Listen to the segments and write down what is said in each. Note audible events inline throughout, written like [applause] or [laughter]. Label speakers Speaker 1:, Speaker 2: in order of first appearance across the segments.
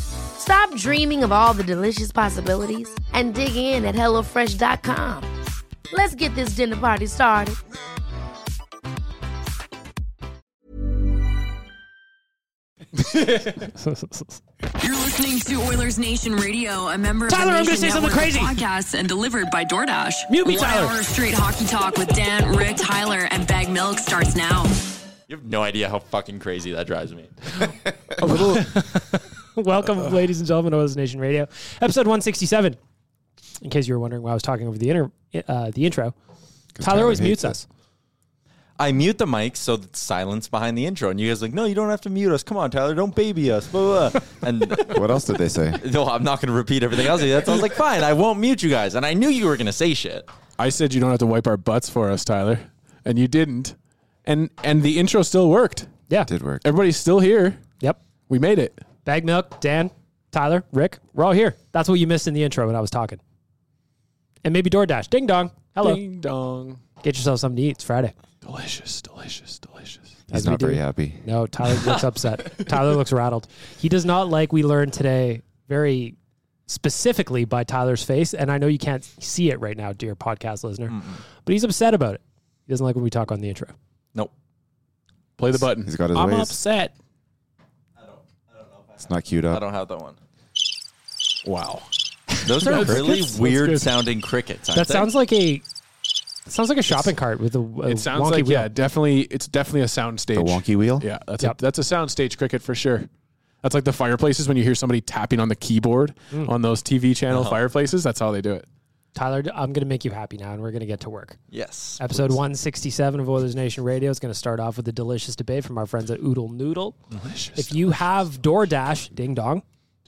Speaker 1: Stop dreaming of all the delicious possibilities and dig in at HelloFresh.com. Let's get this dinner party started.
Speaker 2: You're listening to Oilers Nation Radio, a member of
Speaker 3: Tyler,
Speaker 2: the
Speaker 3: I'm gonna
Speaker 2: Nation
Speaker 3: say something
Speaker 2: Network
Speaker 3: crazy.
Speaker 2: podcast and delivered by DoorDash.
Speaker 3: Mute me,
Speaker 2: One
Speaker 3: Tyler.
Speaker 2: hour of straight hockey talk with Dan, Rick, Tyler, and Bag Milk starts now.
Speaker 4: You have no idea how fucking crazy that drives me.
Speaker 3: Welcome, ladies and gentlemen, to Oilers Nation Radio, episode 167. In case you were wondering why I was talking over the inter- uh, the intro, Tyler
Speaker 5: Tyler
Speaker 3: always mutes
Speaker 5: hates
Speaker 3: us.
Speaker 4: I mute the mic so that silence behind the intro, and you guys are like, no, you don't have to mute us. Come on, Tyler, don't baby us. Blah, blah.
Speaker 6: [laughs]
Speaker 4: And
Speaker 5: [laughs] What else did they say?
Speaker 4: no, I'm not going to repeat everything else. That's I was like, fine, I won't mute you guys. And I knew you were going to say shit.
Speaker 6: I said you don't have to wipe our butts for us, Tyler, and you didn't. And and the intro still worked.
Speaker 3: Yeah.
Speaker 5: Did work.
Speaker 6: Everybody's still here.
Speaker 3: Yep.
Speaker 6: We made it.
Speaker 3: Bag milk, Dan, Tyler, Rick, we're all here. That's what you missed in the intro when I was talking. And maybe DoorDash. Ding dong. Hello.
Speaker 6: Ding dong.
Speaker 3: Get yourself something to eat. It's Friday.
Speaker 6: Delicious, delicious, delicious.
Speaker 3: As
Speaker 5: He's
Speaker 3: we
Speaker 5: not very
Speaker 3: do.
Speaker 5: happy.
Speaker 3: No, Tyler looks upset. Tyler looks rattled. He does not like we learned today very specifically by Tyler's face, and I know you can't see it right now, dear podcast listener, but he's upset about it. He doesn't like when we talk on the intro.
Speaker 4: Nope.
Speaker 6: Play the button.
Speaker 5: He's got his
Speaker 6: I'm
Speaker 5: ways.
Speaker 6: upset.
Speaker 5: It's not queued
Speaker 4: I
Speaker 5: up.
Speaker 4: don't have that one.
Speaker 6: Wow.
Speaker 4: Those are really
Speaker 6: crickets? That's
Speaker 4: weird
Speaker 6: good.
Speaker 4: sounding crickets. aren't
Speaker 3: That
Speaker 4: they?
Speaker 3: sounds like a that sounds like a shopping cart with a, a
Speaker 6: It sounds
Speaker 3: wonky
Speaker 6: like
Speaker 3: wheel.
Speaker 6: yeah, definitely. It's definitely a sound stage.
Speaker 5: The wonky wheel.
Speaker 6: Yeah, that's
Speaker 3: Yep.
Speaker 6: a, that's a sound stage cricket for sure. That's like the fireplaces when you hear somebody tapping on the keyboard
Speaker 3: Mm.
Speaker 6: on those TV channel
Speaker 5: Uh-huh.
Speaker 6: fireplaces. That's how they do it.
Speaker 3: Tyler, I'm going to make you happy now, and we're going to get to work.
Speaker 4: Yes.
Speaker 3: Episode 167 of Oilers Nation Radio is going to start off with a delicious debate from our friends at Oodle Noodle.
Speaker 6: Delicious.
Speaker 3: If you have DoorDash, ding dong,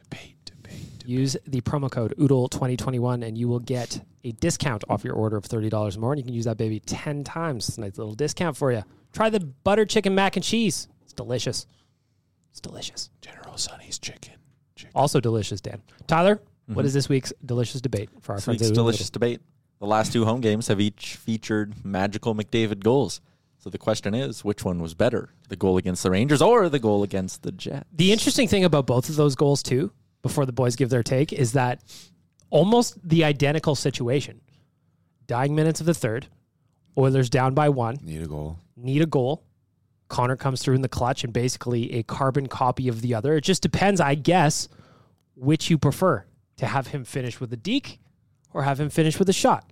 Speaker 6: debate, debate.
Speaker 3: Use the promo code OODLE2021 and you will get a discount off your order of $30 more. And you can use that baby 10 times. It's a nice little discount for you. Try the butter chicken mac and cheese. It's delicious. It's delicious.
Speaker 6: General Sonny's chicken. chicken.
Speaker 3: Also delicious, Dan. Tyler, what is this week's delicious debate for our
Speaker 4: Mm-hmm. This
Speaker 3: friends?
Speaker 4: week's
Speaker 3: at Oodle
Speaker 4: delicious debate. The last two home games have each featured magical McDavid goals. So the question is, which one was better, the goal against the Rangers or the goal against the Jets?
Speaker 3: Noodle? The interesting thing about both of those goals, too, before the boys give their take, is that almost the identical situation. Dying minutes of the third, Oilers down by one.
Speaker 5: Need a goal.
Speaker 3: need a goal. Connor comes through in the clutch and basically a carbon copy of the other. It just depends, I guess, which you prefer to have him finish with a deke or have him finish with a shot.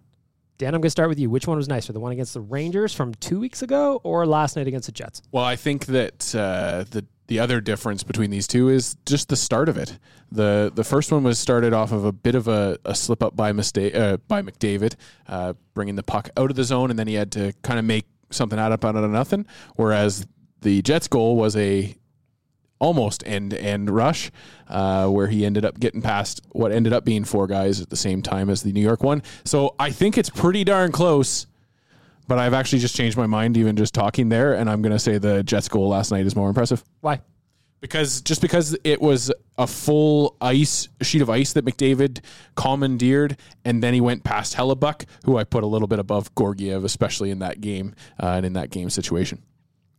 Speaker 3: Dan, I'm going to start with you. Which one was nicer? The one against the Rangers from two weeks ago or last night against the Jets?
Speaker 6: Well, I think that uh, the the other difference between these two is just the start of it. the The first one was started off of a bit of a, a slip up by mistake uh, by McDavid, uh, bringing the puck out of the zone, and then he had to kind of make something out of out of nothing. Whereas the Jets' goal was a almost end to end rush, uh, where he ended up getting past what ended up being four guys at the same time as the New York one. So I think it's pretty darn close. But I've actually just changed my mind, even just talking there, and I'm going to say the Jets goal last night is more impressive
Speaker 3: Why?
Speaker 6: because just because it was a full ice sheet of ice that McDavid commandeered, and then he went past Hellebuck, who I put a little bit above Gorgiev, especially in that game uh, and in that game situation.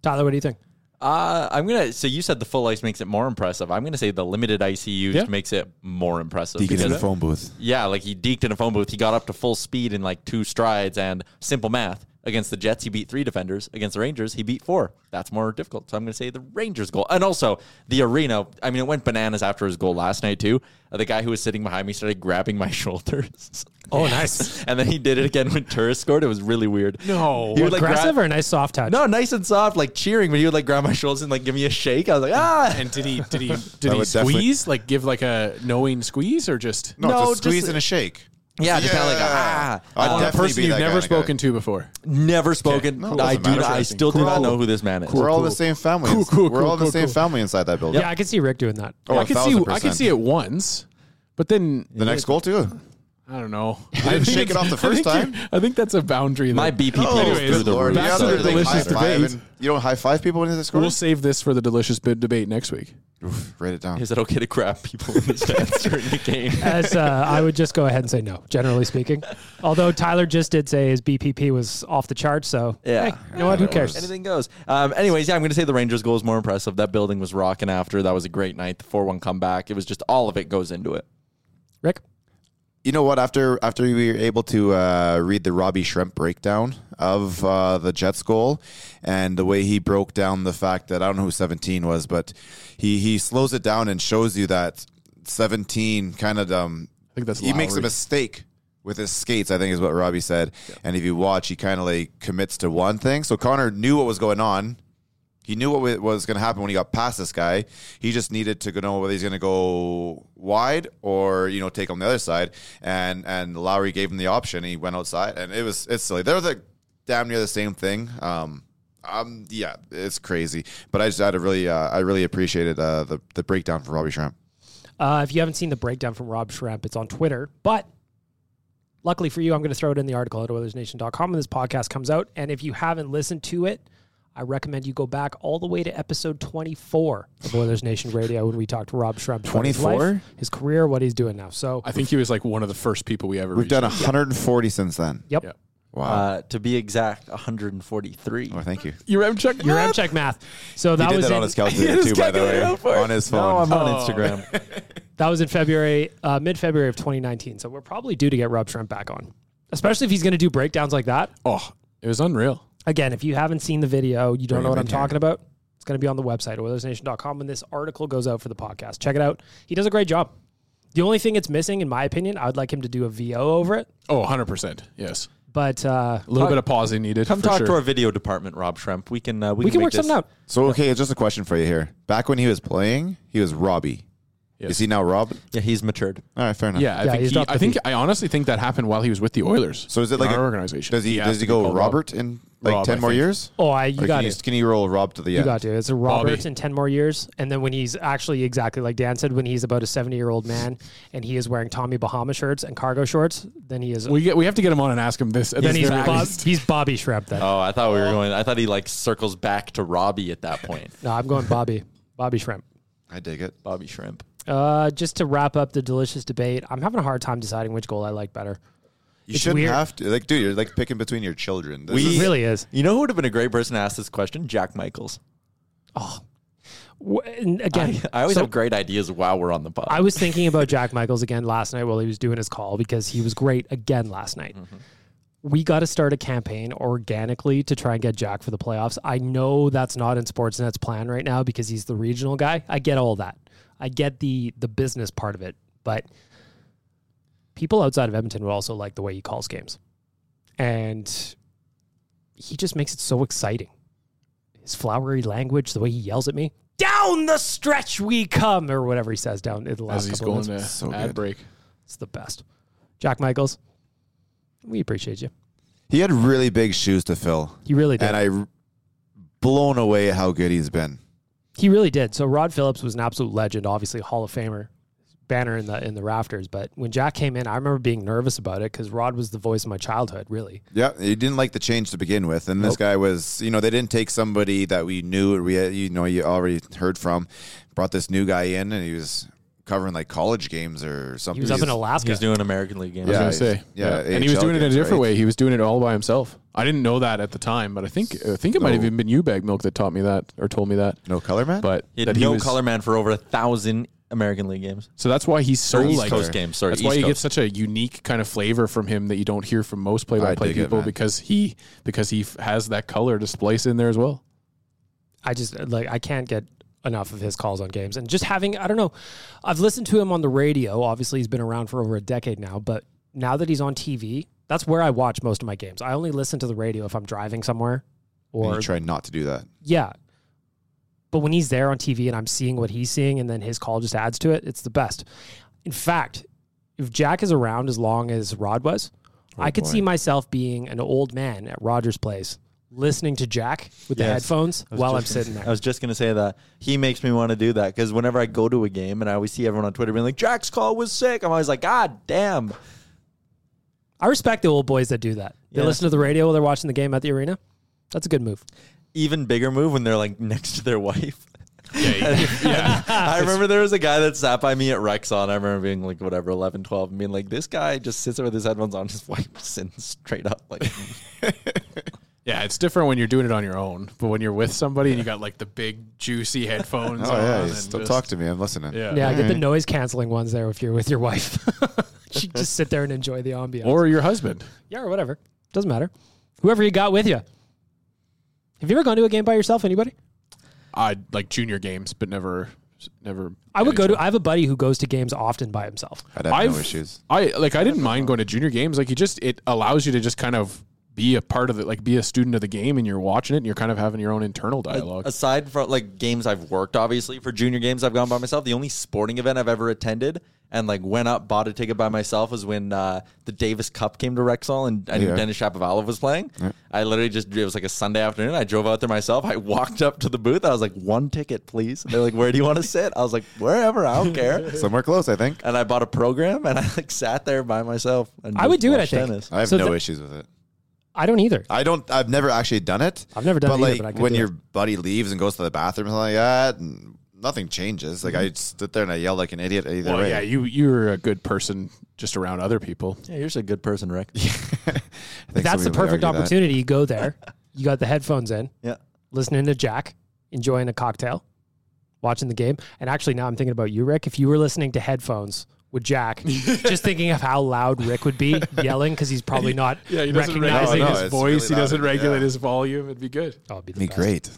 Speaker 3: Tyler, what do you think?
Speaker 4: Uh, I'm gonna. So you said the full ice makes it more impressive. I'm gonna say the limited ice he used
Speaker 6: Yeah.
Speaker 4: makes it more impressive.
Speaker 5: Deacon in
Speaker 4: because-
Speaker 5: the phone booth.
Speaker 4: Yeah, like he deked in a phone booth. He got up to full speed in like two strides. And simple math against the Jets, he beat three defenders. Against the Rangers, he beat four. That's more difficult. So I'm going to say the Rangers goal. And also the arena. I mean, it went bananas after his goal last night, too. Uh, the guy who was sitting behind me started grabbing my [laughs] shoulders.
Speaker 3: Oh, nice.
Speaker 4: and then he did it again when Turris scored. It was really weird.
Speaker 6: No.
Speaker 4: He would, like,
Speaker 3: Aggressive
Speaker 4: grab-
Speaker 3: or a nice soft touch?
Speaker 4: No, nice and soft, like cheering. But he would like grab my shoulders and like give me a shake. I was like, ah.
Speaker 6: And did he
Speaker 5: [laughs]
Speaker 6: did he did
Speaker 5: That
Speaker 6: he
Speaker 5: would definitely-
Speaker 6: squeeze like give like a knowing squeeze or just
Speaker 5: No,
Speaker 4: No,
Speaker 5: just
Speaker 4: just-
Speaker 5: a squeeze and a shake.
Speaker 4: Yeah, just kinda like a, ah.
Speaker 5: I'd
Speaker 4: Uh,
Speaker 5: definitely
Speaker 6: person
Speaker 5: be
Speaker 6: you've
Speaker 5: that kind
Speaker 6: never
Speaker 5: of guy.
Speaker 6: spoken to before?
Speaker 4: Never spoken.
Speaker 5: No, it
Speaker 4: I
Speaker 5: doesn't
Speaker 4: do.
Speaker 5: matter.
Speaker 4: Not, I still do not
Speaker 5: Cool.
Speaker 4: know who this man is.
Speaker 5: We're all in the same family.
Speaker 6: Cool, cool,
Speaker 5: We're all in
Speaker 6: cool,
Speaker 5: the same
Speaker 6: cool.
Speaker 5: family inside that building.
Speaker 3: Yeah, I can see Rick doing that.
Speaker 5: Oh,
Speaker 6: I
Speaker 5: I
Speaker 6: could
Speaker 5: could
Speaker 6: see I could see it once, but then
Speaker 5: The next goal too.
Speaker 6: I don't know.
Speaker 5: didn't
Speaker 6: I think
Speaker 5: shake it
Speaker 6: it's-
Speaker 5: off the first
Speaker 6: [laughs] I
Speaker 5: time.
Speaker 6: think you- I think that's a boundary.
Speaker 4: My
Speaker 6: that-
Speaker 4: BP
Speaker 5: Oh,
Speaker 4: plays
Speaker 6: anyways,
Speaker 4: through the
Speaker 6: Lord,
Speaker 4: roof.
Speaker 6: yeah,
Speaker 4: so
Speaker 6: they're
Speaker 4: it's like
Speaker 6: delicious
Speaker 4: high
Speaker 6: to
Speaker 4: five.
Speaker 6: debate.
Speaker 5: You don't high five people when they score.
Speaker 6: We'll save this for the delicious bid debate next week.
Speaker 5: Oof, write it down.
Speaker 4: Is it okay to grab people in the stands [laughs] during the game?
Speaker 3: As uh, I would just go ahead and say no, generally
Speaker 4: [laughs]
Speaker 3: speaking. Although Tyler just did say his BPP was off the charts, so
Speaker 4: Yeah.
Speaker 3: hey, you know what? Who cares?
Speaker 4: Anything goes. Um, anyways, yeah, I'm going to say the Rangers goal is more impressive. That building was rocking after. That was a great night. The 4 1 comeback. It was just all of it goes into it.
Speaker 3: Rick,
Speaker 5: You know what? After after we were able to uh, read the Robbie Shrimp breakdown of uh, the Jets goal and the way he broke down the fact that I don't know who 17 was, but he he slows it down and shows you that 17 kind of um
Speaker 6: I think that's
Speaker 5: he makes a
Speaker 6: Lowry.
Speaker 5: mistake with his skates, I think is what Robbie said. And if you watch, he kind of like commits to one thing. So Connor knew what was going on. He knew what wa- was going to happen when he got past this guy. He just needed to go know whether he's going to go wide or you know take him the other side. And and Lowry gave him the option. He went outside, and it was it's silly. They're the damn near the same thing. Um, um, yeah, it's crazy. But I just had a really uh, I really appreciated uh, the the breakdown from Robbie Shrimp.
Speaker 3: uh, if you haven't seen the breakdown from Rob Shrimp, it's on Twitter. But luckily for you, I'm going to throw it in the article at OilersNation.com when this podcast comes out. And if you haven't listened to it, I recommend you go back all the way to episode 24 of Oilers Nation Radio when we talked to Rob Shrimp. about his life,
Speaker 5: 24?
Speaker 3: His career, what he's doing now. So
Speaker 6: I think he was like one of the first people we ever.
Speaker 5: We've
Speaker 6: reached
Speaker 5: done
Speaker 6: out
Speaker 5: 140 since then.
Speaker 3: Yep.
Speaker 6: Yep.
Speaker 5: Wow.
Speaker 4: Uh, to be exact, 143.
Speaker 5: oh, thank you.
Speaker 6: Your M check.
Speaker 3: Your M check math. So that
Speaker 5: he did
Speaker 3: was
Speaker 5: that
Speaker 3: in-
Speaker 5: on his calculator too, by the way, on his
Speaker 4: No,
Speaker 5: phone. Oh.
Speaker 4: I'm on Instagram.
Speaker 3: That was in February, uh, mid February of 2019. So we're probably due to get Rob Shrimp back on, especially if he's going to do breakdowns like that.
Speaker 6: Oh, it was unreal.
Speaker 3: Again, if you haven't seen the video, you don't know what I'm talking about. It's going to be on the website, oilersnation.com, when this article goes out for the podcast. Check it out. He does a great job. The only thing it's missing, in my opinion, I would like him to do a VO over it,
Speaker 6: Oh, 100 percent. Yes,
Speaker 3: but uh,
Speaker 6: a little bit of pausing needed.
Speaker 4: Come
Speaker 6: for
Speaker 4: talk
Speaker 6: sure.
Speaker 4: to our video department, Rob Shrimp. We can uh, we,
Speaker 3: we can
Speaker 4: make
Speaker 3: work
Speaker 4: this-
Speaker 3: something out.
Speaker 5: So okay, just a question for you here. Back when he was playing, he was Robbie.
Speaker 6: Yes.
Speaker 5: Is he now Rob?
Speaker 4: Yeah, he's matured.
Speaker 5: All right, fair enough.
Speaker 6: Yeah, I
Speaker 3: Yeah,
Speaker 6: think.
Speaker 3: he's
Speaker 6: He,
Speaker 3: not the
Speaker 6: I think.
Speaker 3: peak.
Speaker 6: I honestly think that happened while he was with the Oilers.
Speaker 5: So is it
Speaker 6: In
Speaker 5: like
Speaker 6: our
Speaker 5: a
Speaker 6: organization?
Speaker 5: Does he
Speaker 6: has
Speaker 5: does
Speaker 6: to
Speaker 5: he
Speaker 6: be
Speaker 5: go
Speaker 6: called
Speaker 5: Robert in like
Speaker 6: Rob, I
Speaker 5: ten more
Speaker 6: think.
Speaker 5: years?
Speaker 3: Oh, I,
Speaker 5: Or
Speaker 3: you got
Speaker 5: can, you,
Speaker 3: it.
Speaker 5: can you roll Rob to the
Speaker 3: You
Speaker 5: end?
Speaker 3: got to. It's a Roberts
Speaker 6: Bobby.
Speaker 3: in 10 more years. And then when he's actually exactly like Dan said, when he's about a 70 year old man and he is wearing Tommy Bahama shirts and cargo shorts, then he is.
Speaker 6: We get. We have to get him on and ask him this. at
Speaker 3: then
Speaker 6: the
Speaker 3: he's,
Speaker 6: very
Speaker 3: Bob,
Speaker 6: least.
Speaker 3: he's Bobby Shrimp
Speaker 6: Uh,
Speaker 3: then.
Speaker 4: Oh, I thought we were going. I thought he like circles back to Robbie at that [laughs] point.
Speaker 3: No, I'm going Bobby. Bobby Shrimp.
Speaker 5: I dig it.
Speaker 4: Bobby Shrimp.
Speaker 3: Uh, just to wrap up the delicious debate, I'm having a hard time deciding which goal I like better.
Speaker 5: You
Speaker 3: It's
Speaker 5: shouldn't
Speaker 3: weird.
Speaker 5: have to. Like, dude, you're like picking between your children. This
Speaker 4: We-
Speaker 3: It
Speaker 5: is-
Speaker 3: really is.
Speaker 4: You know who would have been a great person to ask this question? Jack Michaels.
Speaker 3: W- and Again,
Speaker 4: [laughs] I always
Speaker 3: so
Speaker 4: have great ideas while we're on the pod.
Speaker 3: I was thinking about Jack Michaels again last night while he was doing his call because he was great again last night.
Speaker 4: Mm-hmm.
Speaker 3: We got to start a campaign organically to try and get Jack for the playoffs. I know that's not in Sportsnet's plan right now because he's the regional guy. I get all that. I get the the business part of it, but people outside of Edmonton would also like the way he calls games. And he just makes it so exciting. His flowery language, the way he yells at me, down the stretch we come, or whatever he says down in the last
Speaker 6: as he's
Speaker 3: couple of
Speaker 6: going
Speaker 3: minutes.
Speaker 6: to
Speaker 5: So
Speaker 6: ad
Speaker 5: good.
Speaker 6: break.
Speaker 3: It's the best. Jack Michaels, we appreciate you.
Speaker 5: He had really big shoes to fill,
Speaker 3: You really did.
Speaker 5: and I blown away how good he's been.
Speaker 3: He really did. So Rod Phillips was an absolute legend, obviously Hall of Famer, banner in the in the rafters. But when Jack came in, I remember being nervous about it because Rod was the voice of my childhood, really.
Speaker 5: Yeah, you didn't like the change to begin with, and this guy was, you know, they didn't take somebody that we knew, or we, had- you know, you already heard from, brought this new guy in, and he was covering like college games or something.
Speaker 3: He was up in Alaska.
Speaker 4: He's doing American League games.
Speaker 5: Yeah.
Speaker 6: I was gonna say.
Speaker 5: yeah,
Speaker 6: and he was
Speaker 5: AHL
Speaker 6: doing it in a
Speaker 5: games,
Speaker 6: different
Speaker 5: right?
Speaker 6: way. He was doing it all by himself. I didn't know that at the time, but I think I think it might have even been you, Bag Milk, that taught me that or told me that.
Speaker 5: no color man.
Speaker 6: But
Speaker 4: He had
Speaker 6: that he
Speaker 4: no
Speaker 6: was-
Speaker 4: color man for over a thousand American League games.
Speaker 6: So that's why he's so
Speaker 4: Or East
Speaker 6: like
Speaker 4: Coast games, sorry,
Speaker 6: That's
Speaker 4: East
Speaker 6: why you get
Speaker 4: Coast.
Speaker 6: such a unique kind of flavor from him that you don't hear from most play-by-play
Speaker 5: dig it,
Speaker 6: people
Speaker 5: man.
Speaker 6: because he because he f- has that color to splice in there
Speaker 4: [laughs]
Speaker 6: as well.
Speaker 3: I just like I can't get enough of his calls on games and just having I don't know. I've listened to him on the radio. Obviously, he's been around for over a decade now, but now that he's on TV, that's where I watch most of my games. I only listen to the radio if I'm driving somewhere
Speaker 5: And
Speaker 3: or
Speaker 5: you try not to do that.
Speaker 3: yeah. But when he's there on TV and I'm seeing what he's seeing and then his call just adds to it, it's the best. In fact, if Jack is around as long as Rod was,
Speaker 4: Oh,
Speaker 3: I could see myself being an old man at Roger's place listening to Jack with the
Speaker 4: Yes.
Speaker 3: headphones
Speaker 4: I was
Speaker 3: while I'm
Speaker 4: just gonna-
Speaker 3: sitting
Speaker 4: [laughs]
Speaker 3: there.
Speaker 4: I was just gonna say that he makes me want to do that because whenever I go to a game and I always see everyone on Twitter being like, "Jack's call was sick," I'm always like, "God damn!"
Speaker 3: I respect the old boys that do that. They
Speaker 4: Yeah.
Speaker 3: listen to the radio while they're watching the game at the arena. That's a good move.
Speaker 4: Even bigger move when they're like next to their wife. I remember there was a guy that sat by me at Rexon. I remember being like, whatever, 11, 12, and being like, this guy just sits there with his headphones on, his wife [laughs] sitting straight up. Like,
Speaker 6: Yeah, it's different when you're doing it on your own, but when you're with somebody and you got like the big juicy headphones.
Speaker 5: [laughs] Oh
Speaker 6: on
Speaker 5: yeah,
Speaker 6: and
Speaker 5: he's- don't
Speaker 6: just-
Speaker 5: talk to me. I'm listening.
Speaker 6: Yeah.
Speaker 3: Yeah, get the noise canceling ones there if you're with your wife. [laughs] she can just sit there and enjoy the ambiance.
Speaker 6: Or your husband.
Speaker 3: yeah, or whatever. Doesn't matter. Whoever you got with you. Have you ever gone to a game by yourself? Anybody?
Speaker 6: I like junior games, but never never
Speaker 3: I would go
Speaker 6: NHL.
Speaker 3: to. I have a buddy who goes to games often by himself.
Speaker 5: I'd have no
Speaker 6: I've-
Speaker 5: issues.
Speaker 6: I like I didn't mind going to junior games. Like you just it allows you to just kind of be a part of it, like be a student of the game and you're watching it and you're kind of having your own internal dialogue.
Speaker 4: aside from like games I've worked, obviously, for junior games I've gone by myself, the only sporting event I've ever attended and like went up, bought a ticket by myself was when uh, the Davis Cup came to Rexall and, and
Speaker 5: Yeah.
Speaker 4: Dennis Shapovalov was playing. I literally just, it was like a Sunday afternoon. I drove out there myself. I walked up to the booth. I was like, one ticket, please. And they're like, where do you want to sit? I was like, wherever. I don't
Speaker 5: [laughs]
Speaker 4: care.
Speaker 5: Somewhere close, I think.
Speaker 4: and I bought a program and I like sat there by myself. And
Speaker 3: I would
Speaker 4: just
Speaker 3: do it, I
Speaker 4: watched
Speaker 3: think.
Speaker 4: Tennis.
Speaker 5: I have
Speaker 3: So
Speaker 5: no
Speaker 3: the-
Speaker 5: issues with it.
Speaker 3: I don't either.
Speaker 5: I don't. I've never actually done it.
Speaker 3: I've never done
Speaker 5: but
Speaker 3: it either,
Speaker 5: like
Speaker 3: but I could
Speaker 5: when
Speaker 3: do
Speaker 5: your
Speaker 3: it.
Speaker 5: buddy leaves and goes to the bathroom and something like that, and nothing changes. Like I sit there and I yell like an idiot either
Speaker 6: well,
Speaker 5: way.
Speaker 6: yeah, you you're a good person just around other people.
Speaker 4: Yeah, you're just a good person, Rick.
Speaker 5: I think
Speaker 3: That's the
Speaker 5: some people
Speaker 3: perfect
Speaker 5: argue that.
Speaker 3: opportunity. You go
Speaker 5: [laughs]
Speaker 3: there. You got the headphones in.
Speaker 4: yeah.
Speaker 3: listening to Jack, enjoying a cocktail, watching the game. And actually, now I'm thinking about you, Rick. If you were listening to headphones with
Speaker 5: [laughs]
Speaker 3: Jack, just thinking of how loud Rick would be yelling because he's probably
Speaker 5: [laughs]
Speaker 3: not recognizing
Speaker 5: No, no,
Speaker 3: his.
Speaker 5: it's voice, really he loud, doesn't yeah. regulate
Speaker 6: his volume. It'd be good.
Speaker 3: Oh, it'd be the
Speaker 5: Be
Speaker 3: best.
Speaker 5: great.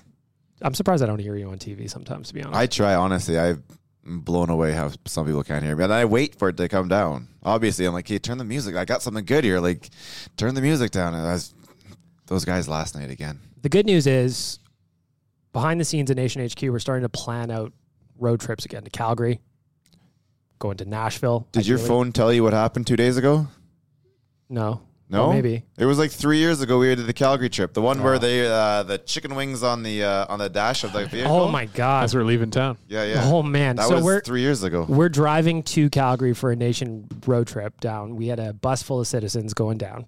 Speaker 3: I'm surprised I don't hear you on TV sometimes. To be honest,
Speaker 5: I try honestly. I'm blown away how some people can't hear me, and I wait for it to come down. Obviously, I'm like, hey, turn the music. I got something good here. Like, turn the music down. And I was, those guys last night again.
Speaker 3: the good news is, behind the scenes at Nation HQ, we're starting to plan out road trips again to Calgary, going to Nashville.
Speaker 5: Did your
Speaker 3: ideally.
Speaker 5: phone tell you what happened two days
Speaker 6: Oh,
Speaker 5: ago?
Speaker 3: No,
Speaker 5: No,
Speaker 3: Or maybe.
Speaker 5: it was like three years ago. We did the Calgary trip, the one
Speaker 6: Oh.
Speaker 5: where they uh, the chicken wings on the uh, on the dash
Speaker 6: [sighs]
Speaker 5: of the vehicle.
Speaker 3: Oh my god!
Speaker 6: As we're leaving town,
Speaker 5: Yeah, yeah.
Speaker 3: Oh man!
Speaker 5: that
Speaker 3: so
Speaker 5: was
Speaker 3: we're
Speaker 5: three years ago.
Speaker 3: we're driving to Calgary for a nation road trip down. We had a bus full of citizens going down.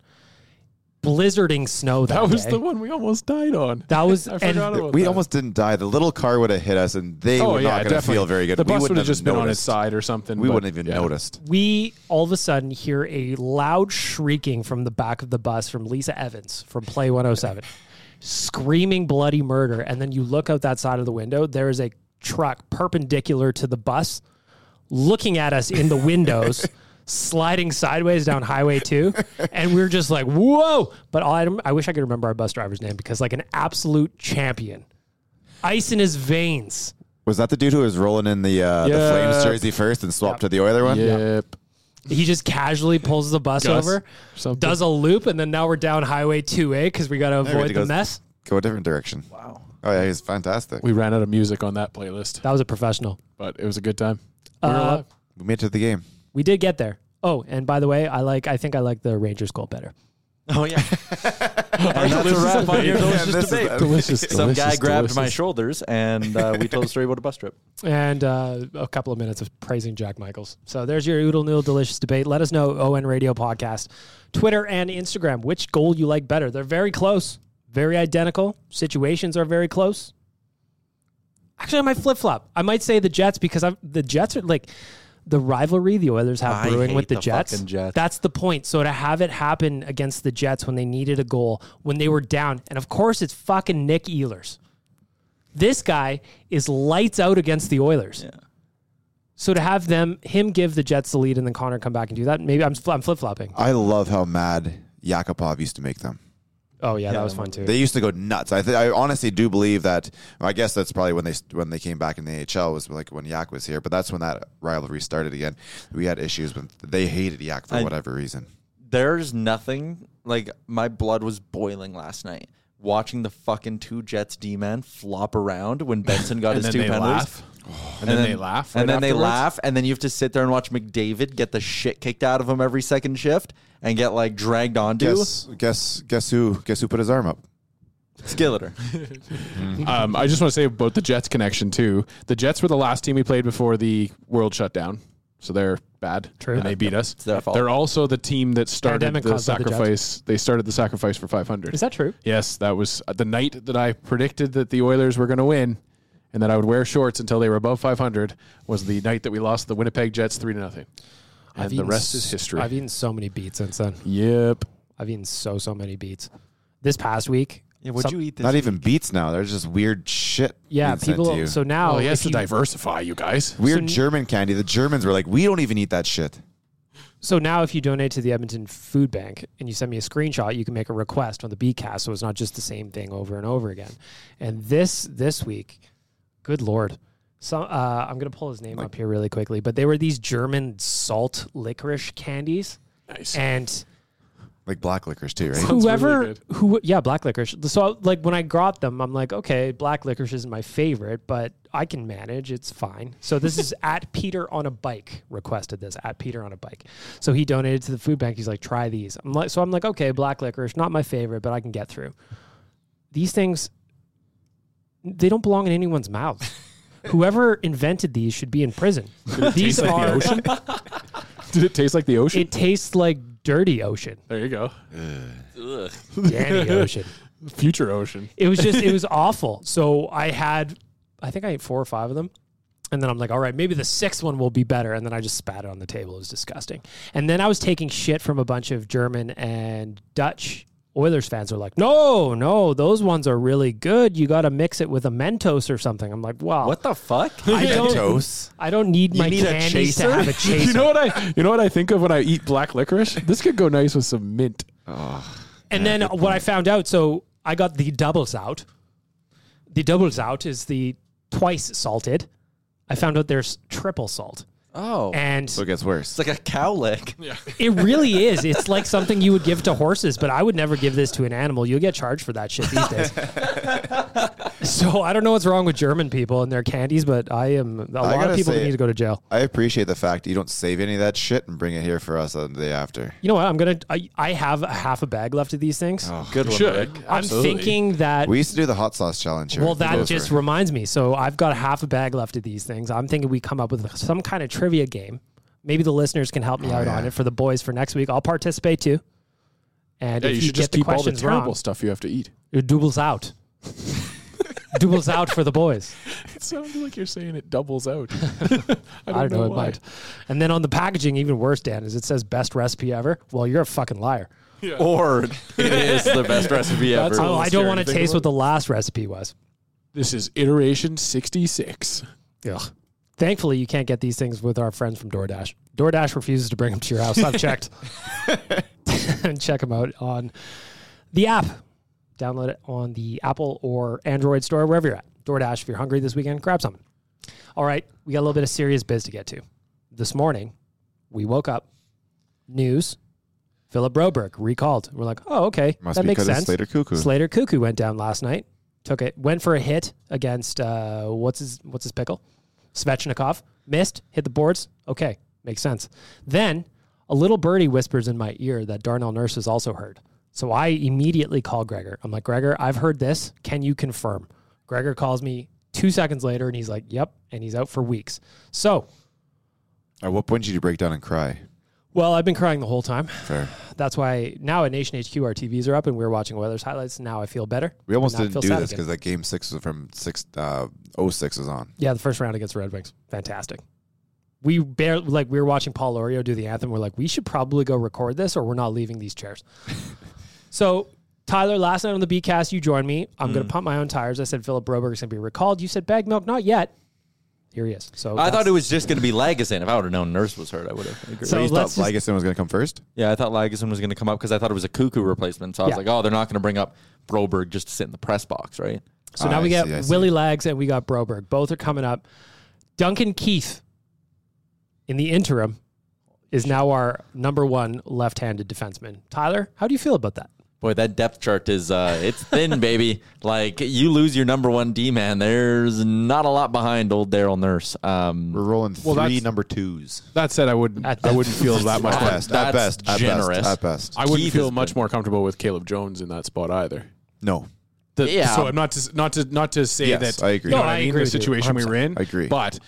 Speaker 3: Blizzarding snow that,
Speaker 6: that was
Speaker 3: day.
Speaker 6: the one we almost died on.
Speaker 3: that was
Speaker 6: [laughs] I
Speaker 3: and
Speaker 6: forgot about
Speaker 5: We
Speaker 6: that.
Speaker 5: almost didn't die. The little car would have hit us, and they
Speaker 6: Oh
Speaker 5: were
Speaker 6: yeah,
Speaker 5: not going to
Speaker 6: definitely.
Speaker 5: feel very good.
Speaker 6: The
Speaker 5: we
Speaker 6: bus would
Speaker 5: wouldn't
Speaker 6: have just been
Speaker 5: noticed.
Speaker 6: on its side or something.
Speaker 5: We
Speaker 6: but
Speaker 5: wouldn't even
Speaker 6: yeah.
Speaker 5: noticed.
Speaker 3: we all of a sudden hear a loud shrieking from the back of the bus from Lisa Evans from Play 107, screaming bloody murder. And then you look out that side of the window, there is a truck perpendicular to the bus looking at us in the windows. Sliding sideways down Highway 2, and we are just like, "Whoa!" But all I, I wish I could remember our bus driver's name because, like, an absolute champion, ice in his veins.
Speaker 5: Was that the dude who was rolling in the uh, the
Speaker 6: Yeah.
Speaker 5: Flames jersey first and swapped to the Oiler one?
Speaker 6: Yep.
Speaker 3: He just casually pulls the bus
Speaker 6: Gus,
Speaker 3: over,
Speaker 6: something.
Speaker 3: does a loop, and then now we're down Highway 2A because we got to
Speaker 5: Everybody
Speaker 3: avoid the
Speaker 5: goes-
Speaker 3: mess.
Speaker 5: Go a different direction. Wow. Oh yeah, he's fantastic. We,
Speaker 6: We ran out of music on that playlist,
Speaker 3: That was a professional.
Speaker 6: but it was a good time. We were
Speaker 3: Uh,
Speaker 6: alive.
Speaker 5: made it to the game.
Speaker 3: We did get there. Oh, and by the way, I like. I think I like the Rangers goal better.
Speaker 4: Oh yeah. and that's a wrap on your
Speaker 5: Yeah,
Speaker 4: delicious
Speaker 5: this is-
Speaker 4: debate.
Speaker 6: [laughs] Delicious,
Speaker 4: Some
Speaker 6: delicious,
Speaker 4: guy grabbed my
Speaker 6: delicious.
Speaker 4: shoulders, and uh, we told a story about a bus
Speaker 6: [laughs]
Speaker 4: trip.
Speaker 3: and uh, a couple of minutes of praising Jack Michaels. So there's your Oodle Noodle Delicious debate. Let us know, ON Radio Podcast, Twitter and Instagram, which goal you like better. They're very close, very identical. Situations are very close. Actually, I might flip flop. I might say the Jets because I've, the Jets are like the rivalry the Oilers have
Speaker 4: I
Speaker 3: brewing
Speaker 4: hate
Speaker 3: with the,
Speaker 4: the
Speaker 3: Jets.
Speaker 4: fucking Jets.
Speaker 3: That's the point. So to have it happen against the Jets when they needed a goal, when they were down, and of course it's fucking Nick Ehlers. This guy is lights out against the Oilers. So to have them him give the Jets the lead and then Connor come back and do that, maybe I'm I'm flip flopping.
Speaker 5: I love how mad Yakupov used to make them.
Speaker 3: Oh yeah, that was fun too.
Speaker 5: They used to go nuts. I, th- I honestly do believe that. I guess that's probably when they when they came back in the AHL was like when Yak was here. But that's when that rivalry started again. We had issues when they hated Yak for
Speaker 4: I-
Speaker 5: whatever reason.
Speaker 4: There's nothing like my blood was boiling last night watching the fucking two Jets D man flop around when Benson got
Speaker 6: [laughs] And
Speaker 4: his
Speaker 6: then
Speaker 4: two
Speaker 6: they
Speaker 4: penalties.
Speaker 6: laugh. And, then, they laugh.
Speaker 4: and
Speaker 6: right
Speaker 4: then they
Speaker 6: afterwards.
Speaker 4: laugh, and then you have to sit there and watch McDavid get the shit kicked out of him every second shift and get like dragged onto
Speaker 5: Guess guess guess who guess who put his arm up?
Speaker 6: [laughs]
Speaker 4: Skilleter.
Speaker 6: Um, I just want to say about the Jets connection too. The Jets were the last team we played before the world shutdown, so they're bad.
Speaker 3: True.
Speaker 6: and they beat us.
Speaker 4: their fault.
Speaker 6: They're also the team that started
Speaker 3: Pandemic
Speaker 6: the
Speaker 3: caused by the Jets.
Speaker 6: sacrifice. they started the sacrifice for 500.
Speaker 3: Is that true?
Speaker 6: Yes, that was uh, the night that I predicted that the Oilers were going to win, and that I would wear shorts until they were above 500. Was the night that we lost the Winnipeg Jets three to nothing, and the
Speaker 3: eaten
Speaker 6: rest is
Speaker 3: s-
Speaker 6: history.
Speaker 3: I've eaten so many beets since then.
Speaker 6: yep.
Speaker 3: I've eaten so so many beats. This past week,
Speaker 4: yeah, what'd you eat this?
Speaker 5: Not even beats now. There's just weird shit.
Speaker 3: yeah,
Speaker 5: being sent to
Speaker 3: people.
Speaker 5: you.
Speaker 3: So now,
Speaker 6: Oh, he has
Speaker 3: if
Speaker 6: to
Speaker 3: you-
Speaker 6: diversify, you [laughs] guys.
Speaker 5: weird
Speaker 3: so-
Speaker 5: German candy. The Germans were like, we don't even eat that shit.
Speaker 3: so now if you donate to the Edmonton Food Bank and you send me a screenshot, you can make a request on the BCast, so it's not just the same thing over and over again. And this this week, good lord, so uh, I'm gonna pull his name up here really quickly, but they were these German salt licorice candies,
Speaker 6: Nice.
Speaker 3: and
Speaker 5: Like black licorice too, right?
Speaker 6: Sounds really
Speaker 3: whoever
Speaker 6: good.
Speaker 3: who yeah black licorice so like when i got them i'm like okay black licorice isn't my favorite but i can manage it's fine so this
Speaker 6: [laughs]
Speaker 3: is at peter on a bike requested this at peter on a bike so he donated to the food bank he's like try these i'm like so i'm like okay black licorice not my favorite but i can get through these things they don't belong in anyone's mouth
Speaker 6: [laughs]
Speaker 3: whoever invented these should be in prison these
Speaker 6: like the
Speaker 3: are
Speaker 6: [laughs] ocean? Did it taste like the ocean?
Speaker 3: it tastes like dirty
Speaker 6: [laughs]
Speaker 3: ocean
Speaker 6: there you go.
Speaker 3: danny ocean
Speaker 6: Future ocean.
Speaker 3: It was just it was awful. So I had I think I ate four or five of them. And then I'm like, all right, maybe the sixth one will be better. And then I just spat it on the table. It was disgusting. And then I was taking shit from a bunch of German and Dutch Oilers fans who are like, no, no, those ones are really good. You got to mix it with a Mentos or something. I'm like, wow.
Speaker 4: What the
Speaker 6: [laughs]
Speaker 4: fuck?
Speaker 3: I don't,
Speaker 5: Mentos.
Speaker 3: I don't need my
Speaker 4: need a
Speaker 3: candies to
Speaker 4: chaser?
Speaker 3: have a chaser.
Speaker 6: [laughs] You know what I? You know what I think of when I eat black licorice? This could go nice with some mint.
Speaker 3: And then what I found out, so I got the doubles out. The doubles out is the twice salted. I found out there's triple salt.
Speaker 4: Oh.
Speaker 3: And
Speaker 5: So it gets worse.
Speaker 4: [laughs] It's like a cow lick.
Speaker 3: it
Speaker 5: [laughs]
Speaker 3: really is. It's like something you would give to horses, but I would never give this to an animal. You'll get charged for that shit these
Speaker 5: [laughs]
Speaker 3: days. so I don't know what's wrong with German people and their candies, but I am a lot of
Speaker 5: gotta
Speaker 3: people
Speaker 5: say-
Speaker 3: need to go to jail.
Speaker 5: I appreciate the fact that you don't save any of that shit and bring it here for us on the day after.
Speaker 3: You know what? I'm gonna. I, I have a half a bag left of these things.
Speaker 5: Oh,
Speaker 4: Good one.
Speaker 6: Should.
Speaker 4: Rick.
Speaker 3: I'm thinking that
Speaker 5: We used to do the hot sauce challenge here.
Speaker 3: Well,
Speaker 5: at the Gopher.
Speaker 3: that just reminds me. So I've got half a bag left of these things. I'm thinking we come up with some kind of trivia game. Maybe the listeners can help me out on it for the boys for next week. I'll participate too. And
Speaker 6: Yeah,
Speaker 3: if
Speaker 6: you
Speaker 3: you,
Speaker 6: should
Speaker 3: get
Speaker 6: just
Speaker 3: the
Speaker 6: keep all the
Speaker 3: questions
Speaker 6: terrible
Speaker 3: wrong,
Speaker 6: stuff you have to eat.
Speaker 3: it doubles
Speaker 6: [laughs]
Speaker 3: out. doubles out for the boys.
Speaker 6: It sounds like you're saying it doubles [laughs] out. I
Speaker 3: I don't, know, it
Speaker 6: why.
Speaker 3: might. And then on the packaging, even worse, Dan, is it says best recipe ever. Well, you're a fucking liar.
Speaker 4: Or [laughs] it is the
Speaker 6: [laughs]
Speaker 4: best recipe ever.
Speaker 3: Oh, I don't want to
Speaker 6: anything
Speaker 3: taste
Speaker 6: about
Speaker 3: what the last recipe was.
Speaker 6: This is iteration 66.
Speaker 3: Ugh. Thankfully, you can't get these things with our friends from DoorDash. DoorDash refuses to bring them to your house. I've checked. [laughs] and check them out on the app. Download it on the Apple or Android store, wherever you're at. DoorDash, if you're hungry this weekend, grab something. All right, we got a little bit of serious biz to get to. This morning, we woke up, news, Philip Broberg recalled. We're like, oh, okay,
Speaker 5: Must
Speaker 3: that
Speaker 5: be
Speaker 3: makes
Speaker 5: 'cause of
Speaker 3: sense.
Speaker 5: Slater Cuckoo.
Speaker 3: Slater Cuckoo went down last night. Took it, went for a hit against uh, what's his what's his pickle, Svechnikov. Missed, hit the boards. Okay, makes sense. Then a little birdie whispers in my ear that Darnell Nurse is also hurt. So I immediately call Gregor. I'm like, Gregor, I've heard this. Can you confirm? Gregor calls me two seconds later and he's like, yep. And he's out for weeks. So,
Speaker 5: At what point did you break down and cry?
Speaker 3: well, I've been crying the whole time.
Speaker 5: Fair.
Speaker 3: That's why now at Nation HQ, our TVs are up and we're watching weather's highlights. Now I feel better.
Speaker 5: We almost
Speaker 3: And I
Speaker 5: didn't
Speaker 3: feel
Speaker 5: do
Speaker 3: sad
Speaker 5: this
Speaker 3: again.
Speaker 5: because that game six was from six uh, 06 is on.
Speaker 3: Yeah, the first round against the Red Wings, fantastic. We barely like we were watching Paul Orio do the anthem. We're like, we should probably go record this, or we're not leaving these
Speaker 5: [laughs]
Speaker 3: chairs. so, Tyler, last night on the BCast, you joined me. I'm
Speaker 5: Mm.
Speaker 3: going to pump my own tires. I said Philip Broberg's going to be recalled. You said bag milk, not yet. Here he is. So
Speaker 4: I
Speaker 3: that's-
Speaker 4: thought it was just going to be Lagesson. If I would have known Nurse was hurt, I would have agreed.
Speaker 3: So
Speaker 5: You thought
Speaker 3: let's just-
Speaker 5: Lagesson was going to come first?
Speaker 4: yeah, I thought Lagesson was going to come up because I thought it was a cuckoo replacement. So I was
Speaker 3: Yeah.
Speaker 4: like, oh, they're not going to bring up Broberg just to sit in the press box, right?
Speaker 3: So now
Speaker 5: Oh, I
Speaker 3: we
Speaker 5: see, I
Speaker 3: got
Speaker 5: see.
Speaker 3: Willie Lags and we got Broberg. Both are coming up. Duncan Keith, in the interim, is now our number one left-handed defenseman. Tyler, how do you feel about that?
Speaker 4: Boy, that depth chart is uh, it's thin, [laughs] baby. Like you lose your number one D man, there's not a lot behind old Daryl Nurse. Um,
Speaker 5: We're rolling three
Speaker 6: that's-
Speaker 5: number twos.
Speaker 6: That said, I wouldn't.
Speaker 3: At
Speaker 6: I
Speaker 3: the-
Speaker 6: wouldn't feel that much.
Speaker 5: At
Speaker 4: Wow.
Speaker 5: best. At
Speaker 4: that's
Speaker 5: best. At
Speaker 4: generous.
Speaker 5: best. At best.
Speaker 6: I wouldn't
Speaker 4: Keith
Speaker 6: feel
Speaker 4: has
Speaker 6: much
Speaker 4: been-
Speaker 6: more comfortable with Caleb Jones in that spot either.
Speaker 5: No.
Speaker 6: The-
Speaker 4: Yeah.
Speaker 6: So not to not to not to say
Speaker 5: Yes,
Speaker 6: that
Speaker 5: I agree.
Speaker 6: You know
Speaker 3: No,
Speaker 6: what I,
Speaker 3: I
Speaker 6: mean?
Speaker 3: agree
Speaker 6: The
Speaker 3: with you,
Speaker 6: situation we were in.
Speaker 5: 100%. I agree.
Speaker 6: But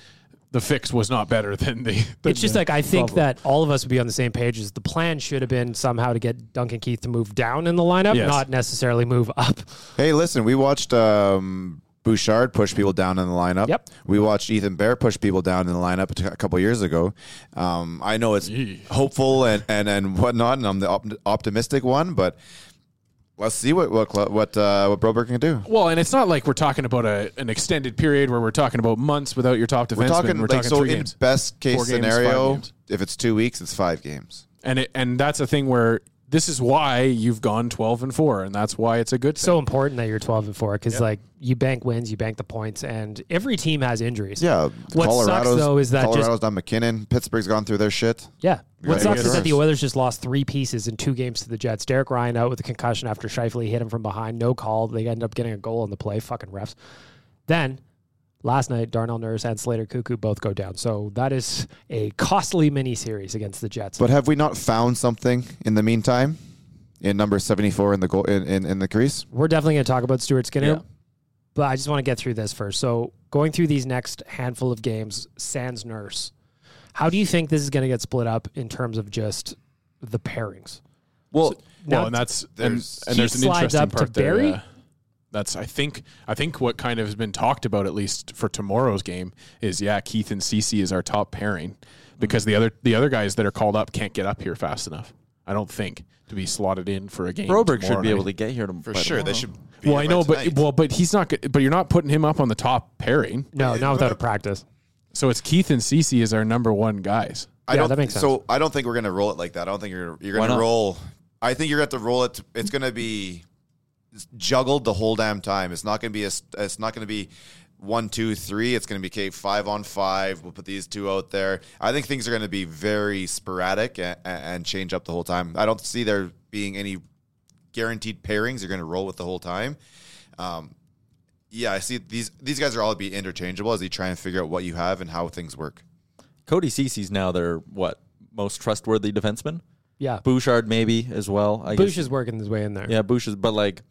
Speaker 6: the fix was not better than the. than
Speaker 3: it's just
Speaker 6: the
Speaker 3: like I think
Speaker 6: problem.
Speaker 3: that all of us would be on the same page. Is the plan should have been somehow to get Duncan Keith to move down in the lineup,
Speaker 6: Yes.
Speaker 3: not necessarily move up.
Speaker 5: Hey, listen, we watched um, Bouchard push people down in the lineup.
Speaker 3: Yep.
Speaker 5: We watched Ethan Bear push people down in the lineup a t- a couple years ago. Um, I know it's hopeful and, and, and whatnot, and I'm the op- optimistic one, but let's see what what Cla- what uh, what Broberg can do.
Speaker 6: Well, and it's not like we're talking about a, an extended period where we're talking about months without your top defenseman.
Speaker 5: We're talking, like, so
Speaker 6: three
Speaker 5: in
Speaker 6: games.
Speaker 5: best case
Speaker 6: Four games, five
Speaker 5: scenario,
Speaker 6: games.
Speaker 5: if it's two weeks, it's five games.
Speaker 6: and it, and that's a thing where this is why you've gone twelve and four, and that's why it's a good.
Speaker 3: So important that you're 12 and four because like you bank wins, you bank the points, and every team has injuries.
Speaker 5: Yeah,
Speaker 3: What
Speaker 5: Colorado's,
Speaker 3: sucks though is that
Speaker 5: Colorado's
Speaker 3: just
Speaker 5: done McKinnon. Pittsburgh's gone through their shit.
Speaker 3: yeah. What
Speaker 5: Yeah,
Speaker 3: sucks
Speaker 5: it
Speaker 3: is that
Speaker 5: hurts.
Speaker 3: the Oilers just lost three pieces in two games to the Jets. Derek Ryan out with a concussion after Shifley hit him from behind, no call. They end up getting a goal on the play. Fucking refs. Then last night, Darnell Nurse and Slater Cuckoo both go down. So that is a costly mini series against the Jets.
Speaker 5: But have we not found something in the meantime? In number seventy-four in the goal in, in, in the crease.
Speaker 3: we're definitely going to talk about Stuart Skinner,
Speaker 4: Yeah.
Speaker 3: but I just want to get through this first. So, going through these next handful of games, Sans Nurse, how do you think this is going to get split up in terms of just the pairings?
Speaker 4: well,
Speaker 6: well,
Speaker 3: Now-
Speaker 6: and that's and,
Speaker 5: There's-
Speaker 6: and there's
Speaker 3: Keith
Speaker 6: an
Speaker 3: slides
Speaker 6: interesting
Speaker 3: up to
Speaker 6: part there.
Speaker 3: Barry?
Speaker 6: uh, that's I think I think what kind of has been talked about at least for tomorrow's game is yeah Keith and Cece is our top pairing because the other the other guys that are called up can't get up here fast enough. I don't think to be slotted in for a game.
Speaker 4: Broberg
Speaker 6: tomorrow
Speaker 4: should be
Speaker 6: night.
Speaker 4: able to get here to, for
Speaker 5: Be
Speaker 6: Well, I know, but well, but he's not. go- But you're not putting him up on the top pairing.
Speaker 3: No, not without a practice.
Speaker 6: So it's Keith and Cece as our number one guys.
Speaker 5: I
Speaker 3: Yeah,
Speaker 5: don't,
Speaker 3: that makes sense.
Speaker 5: So I don't think we're gonna roll it like that. I don't think you're you're
Speaker 4: Why
Speaker 5: gonna
Speaker 4: not?
Speaker 5: roll. I think you're gonna have to roll it. It's gonna be juggled the whole damn time. It's not gonna be a, s- It's not gonna be one, two, three. It's gonna be okay, five on five. We'll put these two out there. I think things are gonna be very sporadic and, and change up the whole time. I don't see there being any guaranteed pairings you're going to roll with the whole time. Um, yeah, I see these these guys are all be interchangeable as you try and figure out what you have and how things work.
Speaker 4: Cody Cece's now their what most trustworthy defenseman.
Speaker 3: Yeah.
Speaker 4: Bouchard maybe as well. I
Speaker 3: Bush
Speaker 4: guess.
Speaker 3: is working his way in there.
Speaker 4: yeah, Bouchard's. But like,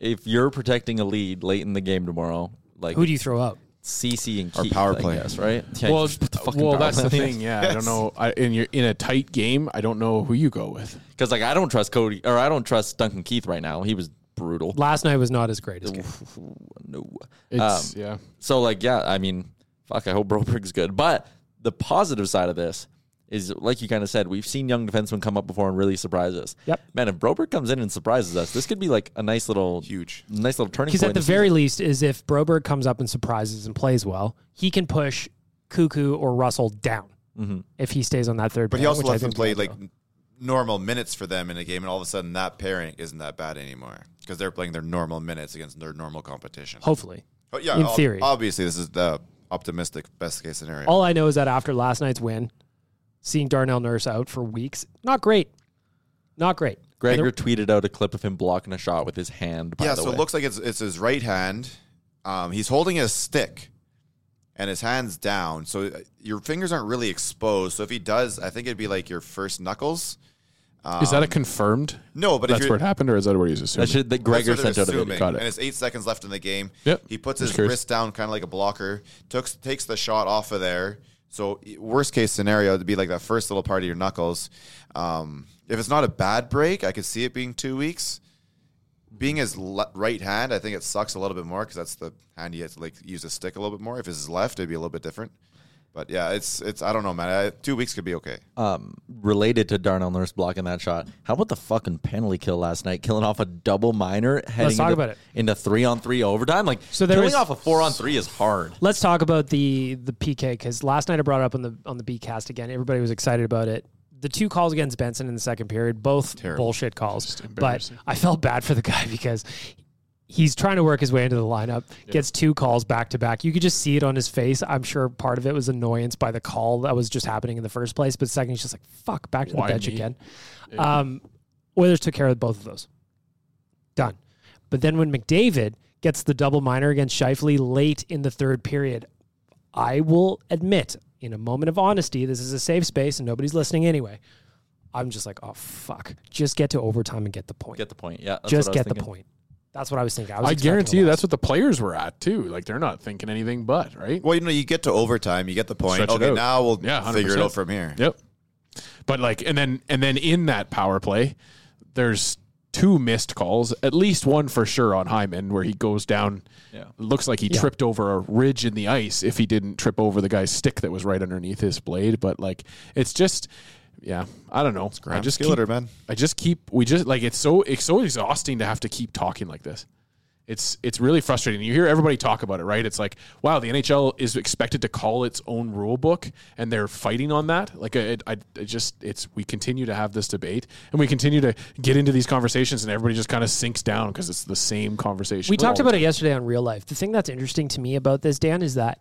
Speaker 4: if you're protecting a lead late in the game tomorrow, like
Speaker 3: Who do you throw out?
Speaker 4: CC and
Speaker 5: Or
Speaker 4: Keith,
Speaker 5: power
Speaker 4: I
Speaker 5: play.
Speaker 4: guess, right? Yeah,
Speaker 6: Well,
Speaker 4: just put the fucking
Speaker 6: well,
Speaker 4: power
Speaker 6: that's the
Speaker 4: play.
Speaker 6: thing. Yeah, I don't know. I, in your in a tight game, I don't know who you go with.
Speaker 4: Because like I don't trust Cody or I don't trust Duncan Keith right now. He was brutal.
Speaker 3: Last night was not as great as game.
Speaker 4: [sighs] No.
Speaker 6: It's
Speaker 4: Um,
Speaker 6: yeah.
Speaker 4: So like yeah, I mean, fuck. I hope Broberg's good. But the positive side of this is like you kind of said, we've seen young defensemen come up before and really surprise us.
Speaker 3: Yep.
Speaker 4: Man, if Broberg comes in and surprises us, this could be like a nice little
Speaker 5: Huge.
Speaker 4: nice little turning
Speaker 3: Because
Speaker 4: point.
Speaker 3: at the
Speaker 4: in season.
Speaker 3: very least, is if Broberg comes up and surprises and plays well, he can push Cuckoo or Russell down
Speaker 4: Mm-hmm.
Speaker 3: if he stays on that third.
Speaker 5: But he
Speaker 3: pair,
Speaker 5: also
Speaker 3: which I
Speaker 5: lets them
Speaker 3: think
Speaker 5: play
Speaker 3: he'll
Speaker 5: like
Speaker 3: do.
Speaker 5: n- normal minutes for them in a game, and all of a sudden that pairing isn't that bad anymore because they're playing their normal minutes against their normal competition.
Speaker 3: hopefully.
Speaker 5: But yeah,
Speaker 3: in
Speaker 5: ob-
Speaker 3: theory.
Speaker 5: obviously this is the optimistic best case scenario.
Speaker 3: All I know is that after last night's win, seeing Darnell Nurse out for weeks, not great. Not great.
Speaker 4: Gregor tweeted out a clip of him blocking a shot with his hand. By
Speaker 5: yeah,
Speaker 4: the
Speaker 5: so
Speaker 4: way.
Speaker 5: it looks like it's it's his right hand. Um, he's holding his stick, and his hand's down, so uh, your fingers aren't really exposed. So if he does, I think it'd be like your first knuckles.
Speaker 6: is that a confirmed?
Speaker 5: No, but if
Speaker 6: that's
Speaker 5: you're-
Speaker 6: where it happened, or is that where he's assuming?
Speaker 4: That should that
Speaker 5: That's
Speaker 4: Gregor
Speaker 5: what they're
Speaker 4: sent out a video.
Speaker 5: assuming.
Speaker 6: Got it.
Speaker 5: And it's eight seconds left in the game.
Speaker 6: Yep.
Speaker 5: He puts
Speaker 6: Just
Speaker 5: his
Speaker 6: curious.
Speaker 5: wrist down, kind of like a blocker. Took, takes the shot off of there. So worst case scenario would be like that first little part of your knuckles. Um, if it's not a bad break, I could see it being two weeks. Being his le- right hand, I think it sucks a little bit more because that's the hand he has to like use a stick a little bit more. If it's his left, it'd be a little bit different. But yeah, it's it's I don't know, man. I, two weeks could be okay.
Speaker 4: related to Darnell Nurse blocking that shot. How about the fucking penalty kill last night, killing off a double minor, heading
Speaker 3: talk
Speaker 4: into,
Speaker 3: about it.
Speaker 4: into three on three overtime? Like
Speaker 3: So there
Speaker 4: killing
Speaker 3: was-
Speaker 4: off a four on three is hard.
Speaker 3: Let's talk about the the PK because last night I brought it up on the on the B cast again. Everybody was excited about it. The two calls against Benson in the second period, both bullshit calls. But I felt bad for the guy [laughs] because he's trying to work his way into the lineup, gets two calls back to back. You could just see it on his face. I'm sure part of it was annoyance by the call that was just happening in the first place. But second, he's just like, fuck, back to
Speaker 6: Why
Speaker 3: the bench
Speaker 6: me?
Speaker 3: again. Um, Oilers took care of both of those. Done. But then when McDavid gets the double minor against Shifley late in the third period, I will admit, in a moment of honesty, this is a safe space and nobody's listening anyway. I'm just like, oh fuck, just get to overtime and get the point.
Speaker 4: Get the point. Yeah. that's
Speaker 3: just
Speaker 4: what I was
Speaker 3: get the
Speaker 4: thinking.
Speaker 3: point. That's what I was thinking. I, was
Speaker 6: I
Speaker 3: expecting
Speaker 6: guarantee you
Speaker 3: a loss.
Speaker 6: that's what the players were at too. Like they're not thinking anything but right.
Speaker 5: Well, you know, you get to overtime, you get the point.
Speaker 6: Stretch it
Speaker 5: okay,
Speaker 6: out.
Speaker 5: now we'll
Speaker 6: Yeah,
Speaker 5: figure it
Speaker 6: 100%.
Speaker 5: out from here.
Speaker 6: Yep. But like, and then and then in that power play, there's two missed calls, at least one for sure on Hyman, where he goes down.
Speaker 4: Yeah.
Speaker 6: Looks like he tripped over a ridge in the ice if he didn't trip over the guy's stick that was right underneath his blade. But like, it's just, yeah, I don't know. I
Speaker 5: Graham
Speaker 6: just
Speaker 5: Skiller,
Speaker 6: keep,
Speaker 5: man.
Speaker 6: I just keep. We just like it's so it's so exhausting to have to keep talking like this. It's it's really frustrating. You hear everybody talk about it, right? It's like, wow, the NHL is expected to call its own rule book, and they're fighting on that. Like, I, I, I just it's we continue to have this debate, and we continue to get into these conversations, and everybody just kind of sinks down because it's the same conversation.
Speaker 3: We talked
Speaker 6: all the
Speaker 3: about it yesterday on Real Life. The thing that's interesting to me about this, Dan, is that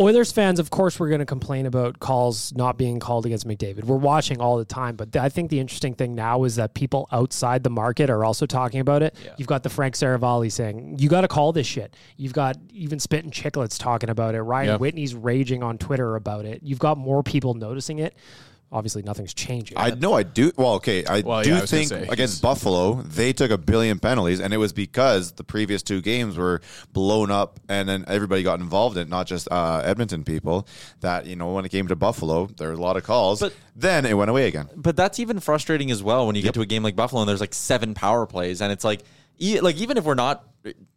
Speaker 3: Oilers fans, of course, we're going to complain about calls not being called against McDavid. We're watching all the time, but I think the interesting thing now is that people outside the market are also talking about it. You've got the Frank Saravalli saying, "You got to call this shit." You've got even Spit and Chicklets talking about it. Ryan
Speaker 6: Yeah.
Speaker 3: Whitney's raging on Twitter about it. You've got more people noticing it. Obviously, nothing's changing.
Speaker 5: I no, I do. Well, okay, I
Speaker 6: Well,
Speaker 5: do
Speaker 6: yeah, I was gonna
Speaker 5: think
Speaker 6: say, he's-
Speaker 5: against Buffalo they took a billion penalties, and it was because the previous two games were blown up, and then everybody got involved in it, not just uh, Edmonton people. That you know, when it came to Buffalo, there were a lot of calls.
Speaker 4: But-
Speaker 5: then it went away again.
Speaker 4: But that's even frustrating as well when you get to a game like Buffalo and there's like seven power plays and it's like e- like even if we're not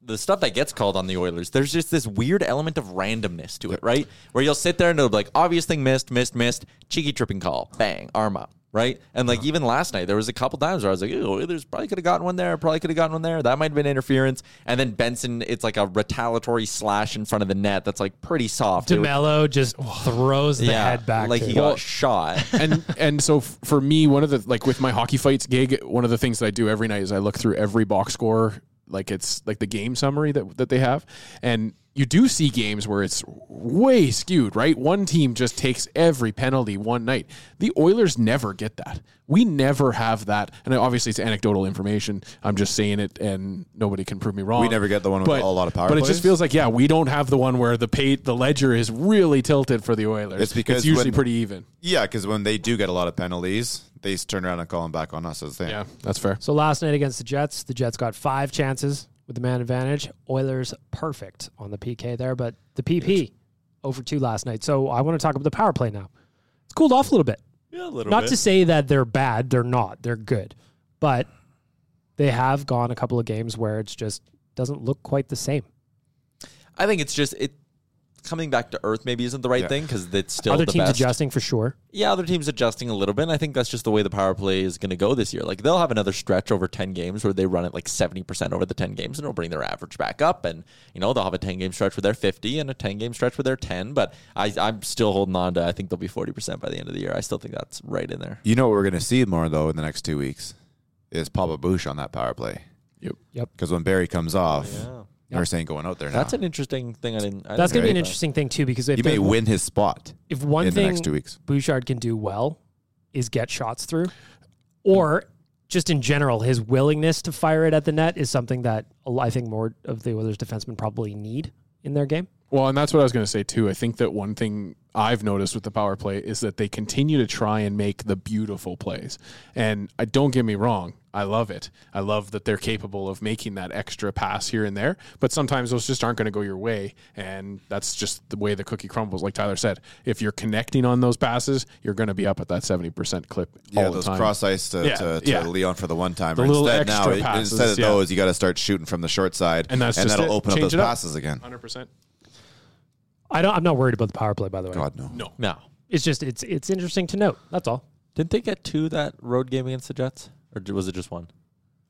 Speaker 4: the stuff that gets called on the Oilers, there's just this weird element of randomness to it, right? Where you'll sit there and it'll be like obvious thing missed, missed, missed, cheeky tripping call, bang, arm up. Right. And like even last night, there was a couple times where I was like, "Ooh, Oilers probably could have gotten one there. Probably could have gotten one there. That might have been interference." And then Benson, it's like a retaliatory slash in front of the net that's like pretty soft. It was-
Speaker 3: Demelo just throws the
Speaker 4: yeah,
Speaker 3: head back.
Speaker 4: like
Speaker 3: to
Speaker 4: he
Speaker 3: him.
Speaker 4: got shot.
Speaker 6: and and so f- for me, one of the like with my hockey fights gig, one of the things that I do every night is I look through every box score, like it's like the game summary that that they have, and you do see games where it's way skewed, right? One team just takes every penalty one night. The Oilers never get that. We never have that, and obviously it's anecdotal information. I'm just saying it, and nobody can prove me wrong.
Speaker 5: We never get the one with a lot of power
Speaker 6: But it just
Speaker 5: plays?
Speaker 6: feels like yeah, we don't have the one where the pay, the ledger is really tilted for the Oilers.
Speaker 5: It's because
Speaker 6: it's usually
Speaker 5: when-
Speaker 6: pretty even.
Speaker 5: Yeah, because when they do get a lot of penalties, they s- turn around and call them back on us. That's the thing.
Speaker 6: Yeah, that's fair.
Speaker 3: So last night against the Jets, the Jets got five chances with the man advantage. Oilers perfect on the PK there, but the PP over two last night. So I want to talk about the power play now. It's cooled off a little bit.
Speaker 4: [laughs] yeah, a little
Speaker 3: Not to say that they're bad, they're not. They're good. But they have gone a couple of games where it's just doesn't look quite the same.
Speaker 4: I think it's just it coming back to earth maybe isn't the right
Speaker 5: Yeah.
Speaker 4: thing because it's still
Speaker 3: Other
Speaker 4: the
Speaker 3: teams
Speaker 4: best.
Speaker 3: adjusting for sure.
Speaker 4: Yeah, other teams adjusting a little bit. And I think that's just the way the power play is going to go this year. Like they'll have another stretch over ten games where they run it like seventy percent over the ten games, and it'll bring their average back up. And you know they'll have a ten game stretch where they're fifty and a ten game stretch where they're ten. But I, I'm still holding on to. I think they'll be forty percent by the end of the year. I still think that's right in there.
Speaker 5: You know what we're gonna see more though in the next two weeks is Papa Bush on that power play.
Speaker 6: Yep.
Speaker 3: Yep.
Speaker 5: Because when Barry comes off, nurse ain't going out there.
Speaker 4: That's
Speaker 5: now.
Speaker 4: an interesting thing. I didn't. I
Speaker 3: That's
Speaker 4: didn't
Speaker 3: going to be an
Speaker 4: know.
Speaker 3: interesting thing too because if
Speaker 5: You may
Speaker 3: there's-
Speaker 5: win his spot.
Speaker 3: if one
Speaker 5: in the
Speaker 3: thing
Speaker 5: next two weeks.
Speaker 3: Bouchard can do well is get shots through, or just in general, his willingness to fire it at the net is something that a lot- I think more of the Oilers defensemen probably need in their game.
Speaker 6: Well, and that's what I was going to say too. I think that one thing I've noticed with the power play is that they continue to try and make the beautiful plays. And I don't get me wrong, I love it. I love that they're capable of making that extra pass here and there, but sometimes those just aren't going to go your way, and that's just the way the cookie crumbles. Like Tyler said, if you're connecting on those passes, you're going to be up at that 70% clip
Speaker 5: Yeah,
Speaker 6: all the
Speaker 5: those
Speaker 6: time.
Speaker 5: cross ice to,
Speaker 6: Yeah,
Speaker 5: to, to
Speaker 6: yeah.
Speaker 5: Leon for the one time.
Speaker 6: The little
Speaker 5: Instead, now
Speaker 6: extra passes,
Speaker 5: instead of
Speaker 6: yeah.
Speaker 5: those, you got to start shooting from the short side,
Speaker 6: And that's just
Speaker 5: that'll
Speaker 6: it.
Speaker 5: open up
Speaker 6: Change
Speaker 5: those
Speaker 6: it up.
Speaker 5: passes again.
Speaker 6: 100%.
Speaker 3: I don't. I'm not worried about the power play. By the way,
Speaker 5: God no.
Speaker 6: No.
Speaker 4: No.
Speaker 3: it's just it's it's interesting to note. That's all.
Speaker 4: Didn't they get two that road game against the Jets? Or d- was it just one?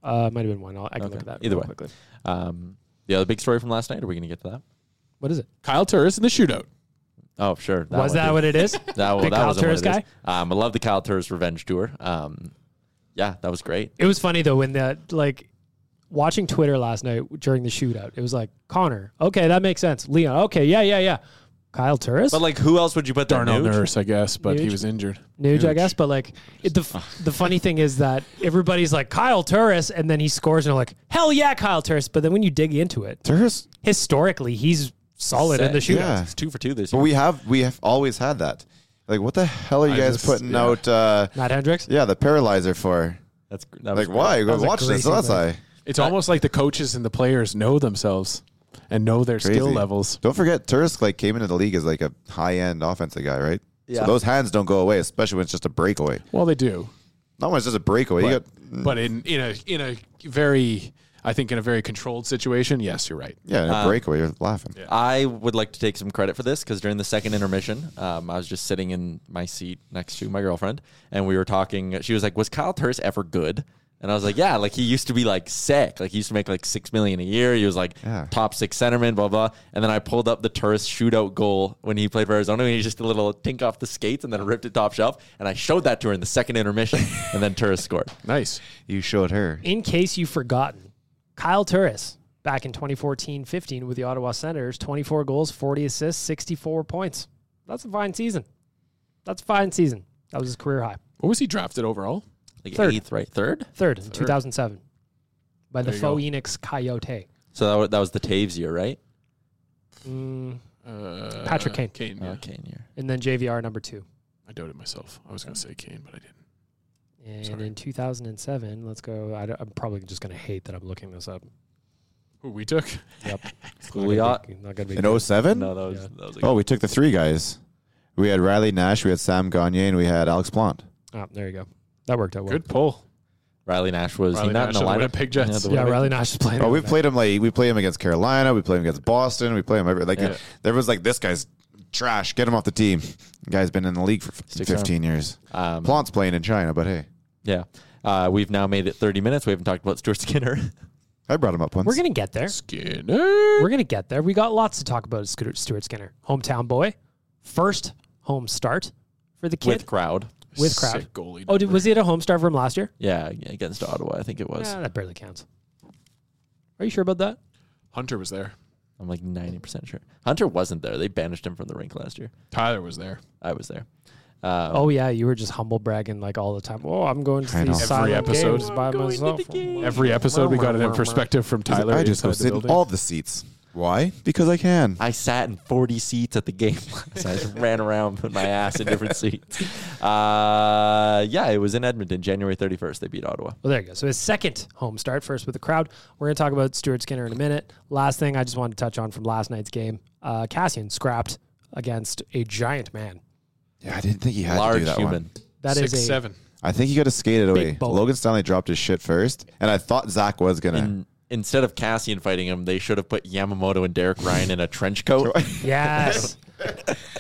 Speaker 3: Uh, might have been one. I'll, I can look at that.
Speaker 4: Either
Speaker 3: real
Speaker 4: way.
Speaker 3: quickly.
Speaker 4: Um, the other big story from last night, are we going to get to that?
Speaker 3: what is it?
Speaker 6: Kyle Turris in the shootout.
Speaker 4: Oh, sure.
Speaker 3: was
Speaker 4: one,
Speaker 3: that
Speaker 4: too.
Speaker 3: what it is?
Speaker 4: That, one-
Speaker 3: Big
Speaker 4: that
Speaker 3: Kyle
Speaker 4: wasn't what
Speaker 3: Turris
Speaker 4: it is.
Speaker 3: guy?
Speaker 4: Um, I love the Kyle Turris revenge tour. Um, yeah, that was great.
Speaker 3: It was funny though when that like watching Twitter last night during the shootout. It was like Connor. Okay, that makes sense. Leon. Okay, yeah, yeah, yeah. Kyle Turris,
Speaker 4: But like, who else would you put there?
Speaker 6: Darnell
Speaker 4: Nuge?
Speaker 6: Nurse, I guess, but he
Speaker 3: Nuge?
Speaker 6: was injured.
Speaker 3: Nuge, I guess. But like it, the f- the funny thing is that everybody's like Kyle Turris, and then he scores, and they're like, hell yeah, Kyle Turris. But then when you dig into it,
Speaker 5: There's
Speaker 3: historically, he's solid in the
Speaker 4: Sick.
Speaker 3: shootout.
Speaker 5: Yeah.
Speaker 4: It's two for two this
Speaker 5: But
Speaker 4: year.
Speaker 5: we have we have always had that. Like, what the hell are you
Speaker 6: I
Speaker 5: guys
Speaker 6: just-
Speaker 5: putting
Speaker 6: yeah.
Speaker 5: out? Uh,
Speaker 3: Matt Hendricks.
Speaker 5: yeah, the paralyzer for.
Speaker 4: That's gr- that was
Speaker 5: Like,
Speaker 4: great.
Speaker 5: why?
Speaker 3: was a
Speaker 5: Watch this.
Speaker 3: crazy
Speaker 5: That's
Speaker 3: play.
Speaker 5: I.
Speaker 6: It's almost like the coaches and the players know themselves and know their skill
Speaker 5: Crazy.
Speaker 6: levels.
Speaker 5: Don't forget, Tursk like came into the league as like a high end offensive guy, right?
Speaker 4: Yeah.
Speaker 5: So those hands don't go away, especially when it's just a breakaway.
Speaker 6: Well, they do,
Speaker 5: Not when it's just a breakaway. you got,
Speaker 3: Mm.
Speaker 6: but in in a in a very I think in a very controlled situation. Yes, you're right.
Speaker 5: yeah, in a breakaway. You're laughing.
Speaker 4: I would like to take some credit for this because during the second intermission, um, I was just sitting in my seat next to my girlfriend, and we were talking. She was like, "Was Kyle Turris ever good?" And I was like, "Yeah, like he used to be like sick. Like he used to make like six million a year. He was like
Speaker 5: Yeah.
Speaker 4: top six centerman, blah blah." And then I pulled up the Turris shootout goal when he played for Arizona, and he just did a little tink off the skates and then ripped it top shelf. And I showed that to her in the second intermission, and then Turris [laughs] scored.
Speaker 6: Nice.
Speaker 5: You showed her.
Speaker 3: In case you've forgotten, Kyle Turris back in 2014 15 with the Ottawa Senators, 24 goals, 40 assists, 64 points. That's a fine season. That's a fine season. That was his career high.
Speaker 6: What was he drafted overall?
Speaker 4: Like
Speaker 3: Third.
Speaker 4: eighth, right? Third.
Speaker 3: Third, in 2007 by
Speaker 6: There
Speaker 3: the
Speaker 6: you go.
Speaker 3: Phoenix Coyote.
Speaker 4: So that, wa- that was the Taves year, right?
Speaker 3: Mm,
Speaker 6: Uh,
Speaker 3: Patrick Kane.
Speaker 6: Kane. yeah.
Speaker 4: Uh, Kane year.
Speaker 3: and then JVR number two.
Speaker 6: I doubted myself. I was going to say Kane, but I didn't.
Speaker 3: And
Speaker 6: Sorry.
Speaker 3: in 2007, let's go. I am probably just going to hate that I'm looking this up.
Speaker 6: Who we took?
Speaker 3: Yep.
Speaker 4: Pouliot.
Speaker 3: Not going to be.
Speaker 5: In 07?
Speaker 4: No, that was
Speaker 3: Yeah.
Speaker 4: that was. A
Speaker 5: Oh, we took the three guys. We had Riley Nash, we had Sam Gagne, and we had Alex Plant.
Speaker 3: Oh, there you go. That worked out well.
Speaker 6: Good pull.
Speaker 4: Riley Nash was
Speaker 6: Riley
Speaker 4: he not
Speaker 6: Nash
Speaker 4: in
Speaker 6: of
Speaker 4: the
Speaker 6: the
Speaker 4: lineup?
Speaker 6: Winnipeg Jets.
Speaker 4: the
Speaker 3: Yeah,
Speaker 4: Winnipeg-
Speaker 3: Riley Nash is playing.
Speaker 5: Oh,
Speaker 3: over
Speaker 5: we
Speaker 3: there.
Speaker 5: played him like we play him against Carolina, we play him against Boston, we play him every like
Speaker 4: Yeah.
Speaker 5: there was like this guy's trash, get him off the team. The guy's been in the league for f-
Speaker 4: Sticks
Speaker 5: 15 years.
Speaker 4: Um,
Speaker 5: Plant's playing in China, but hey,
Speaker 4: yeah, uh, we've now made it 30 minutes. We haven't talked about Stuart Skinner. [laughs]
Speaker 5: I brought him up once.
Speaker 3: We're going to get there.
Speaker 6: Skinner.
Speaker 3: We're gonna get there. We got lots to talk about. with Scoo- Stuart Skinner, hometown boy, first home start for the
Speaker 4: with
Speaker 3: kid
Speaker 4: crowd.
Speaker 3: with, crowd.
Speaker 6: Sick goalie.
Speaker 3: Oh, did, was he at a home start from last year?
Speaker 4: Yeah, against Ottawa, I think it was.
Speaker 3: Nah, that barely counts. Are you sure about that?
Speaker 6: Hunter was there.
Speaker 4: I'm like 90% sure. Hunter wasn't there. They banished him from the rink last year.
Speaker 6: Tyler was there.
Speaker 4: I was there. Uh,
Speaker 3: Oh yeah, you were just humble bragging like all the time. Oh, I'm going to
Speaker 5: I know.
Speaker 3: these
Speaker 5: Every
Speaker 3: silent
Speaker 6: episode.
Speaker 3: games by myself.
Speaker 6: Every episode, we got it in perspective from
Speaker 5: He's like,
Speaker 6: Tyler.
Speaker 5: I just go
Speaker 6: inside the
Speaker 5: sit in
Speaker 6: building.
Speaker 5: all the seats. Why? Because I can.
Speaker 4: I sat in 40 seats at the game. [laughs] so I just ran around, put my ass in
Speaker 3: [laughs]
Speaker 4: different seats. Uh, yeah, it was in Edmonton, January 31st. They beat Ottawa.
Speaker 3: Well, there you go. So his second home start, first with the crowd. We're going to talk about Stuart Skinner in a minute. Last thing I just wanted to touch on from last night's game: uh, Cassian scrapped against a giant man.
Speaker 5: yeah, I didn't think he had to do
Speaker 4: Large
Speaker 5: that
Speaker 4: human.
Speaker 5: one.
Speaker 3: That is
Speaker 6: Six,
Speaker 3: a
Speaker 6: seven.
Speaker 5: I think he got to skate it away.
Speaker 3: boat.
Speaker 5: Logan Stanley dropped his shit first, and I thought Zach was gonna.
Speaker 4: And instead of Cassian fighting him, they should have put Yamamoto and Derek Ryan in a
Speaker 5: [laughs]
Speaker 4: trench coat.
Speaker 3: [laughs] Yes.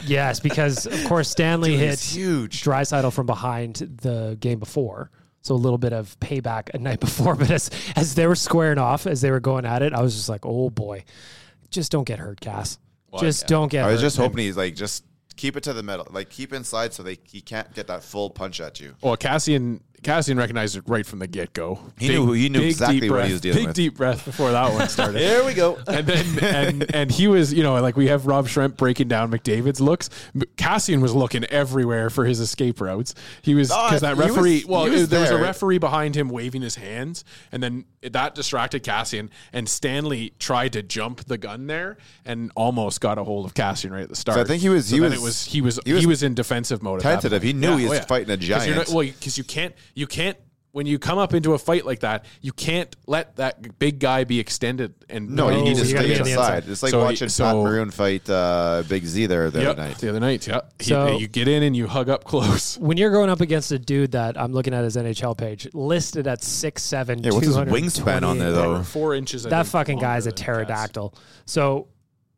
Speaker 3: yes, because of course Stanley hit
Speaker 5: he's huge.
Speaker 3: Drysidle from behind the game before. So a little bit of payback a night [laughs] before, but as as they were squaring off, as they were going at it, I was just like, "Oh boy, just don't get hurt, Cass. just don't get
Speaker 5: I was
Speaker 3: hurt."
Speaker 5: just hoping he's like just keep it to the middle, like keep inside so they he can't get that full punch at you.
Speaker 6: Well, Cassian Cassian recognized it right from the get go.
Speaker 5: He knew- he knew exactly what he
Speaker 6: breath,
Speaker 5: was dealing
Speaker 6: big
Speaker 5: with.
Speaker 6: deep breath before that one started.
Speaker 4: There we go.
Speaker 6: and then and and he was you know like we have Rob Shrimp breaking down McDavid's looks. M- Cassian was looking everywhere for his escape routes. He was
Speaker 5: Oh,
Speaker 6: because that
Speaker 5: he was-
Speaker 6: referee.
Speaker 5: he
Speaker 6: well,
Speaker 5: was
Speaker 6: it- there was a
Speaker 5: there.
Speaker 6: referee behind him waving his hands, and then it- that distracted Cassian. And Stanley tried to jump the gun there and almost got a hold of Cassian right at the start.
Speaker 5: I think he was-
Speaker 6: So
Speaker 5: he
Speaker 6: then
Speaker 5: was-
Speaker 6: it was he was
Speaker 5: he
Speaker 6: he
Speaker 5: was
Speaker 6: was, in defensive mode. at that
Speaker 5: tentative.
Speaker 6: point. Oh,
Speaker 5: He knew he was fighting a
Speaker 6: 'Cause you're
Speaker 5: giant.
Speaker 6: not- well, because you can't you can't when you come up into a fight like that, you can't let that big guy be extended and
Speaker 5: No, you need to
Speaker 3: you gotta
Speaker 5: stay
Speaker 3: be on the
Speaker 5: inside.
Speaker 3: inside.
Speaker 5: It's like
Speaker 6: So he-
Speaker 5: watching Pat
Speaker 6: so-
Speaker 5: Maroon fight uh, Big Z there the
Speaker 6: Yep,
Speaker 5: other night.
Speaker 6: The other night, yeah. He-
Speaker 3: So-
Speaker 6: you get in and you hug up close. [laughs]
Speaker 3: When you're going up against a dude that I'm looking at his NHL page listed at six seven,
Speaker 5: Yeah, what's his wingspan on there, though?
Speaker 6: Four inches. I
Speaker 3: That
Speaker 6: think,
Speaker 3: fucking
Speaker 6: longer
Speaker 3: guy's a
Speaker 6: than Cass.
Speaker 3: pterodactyl. So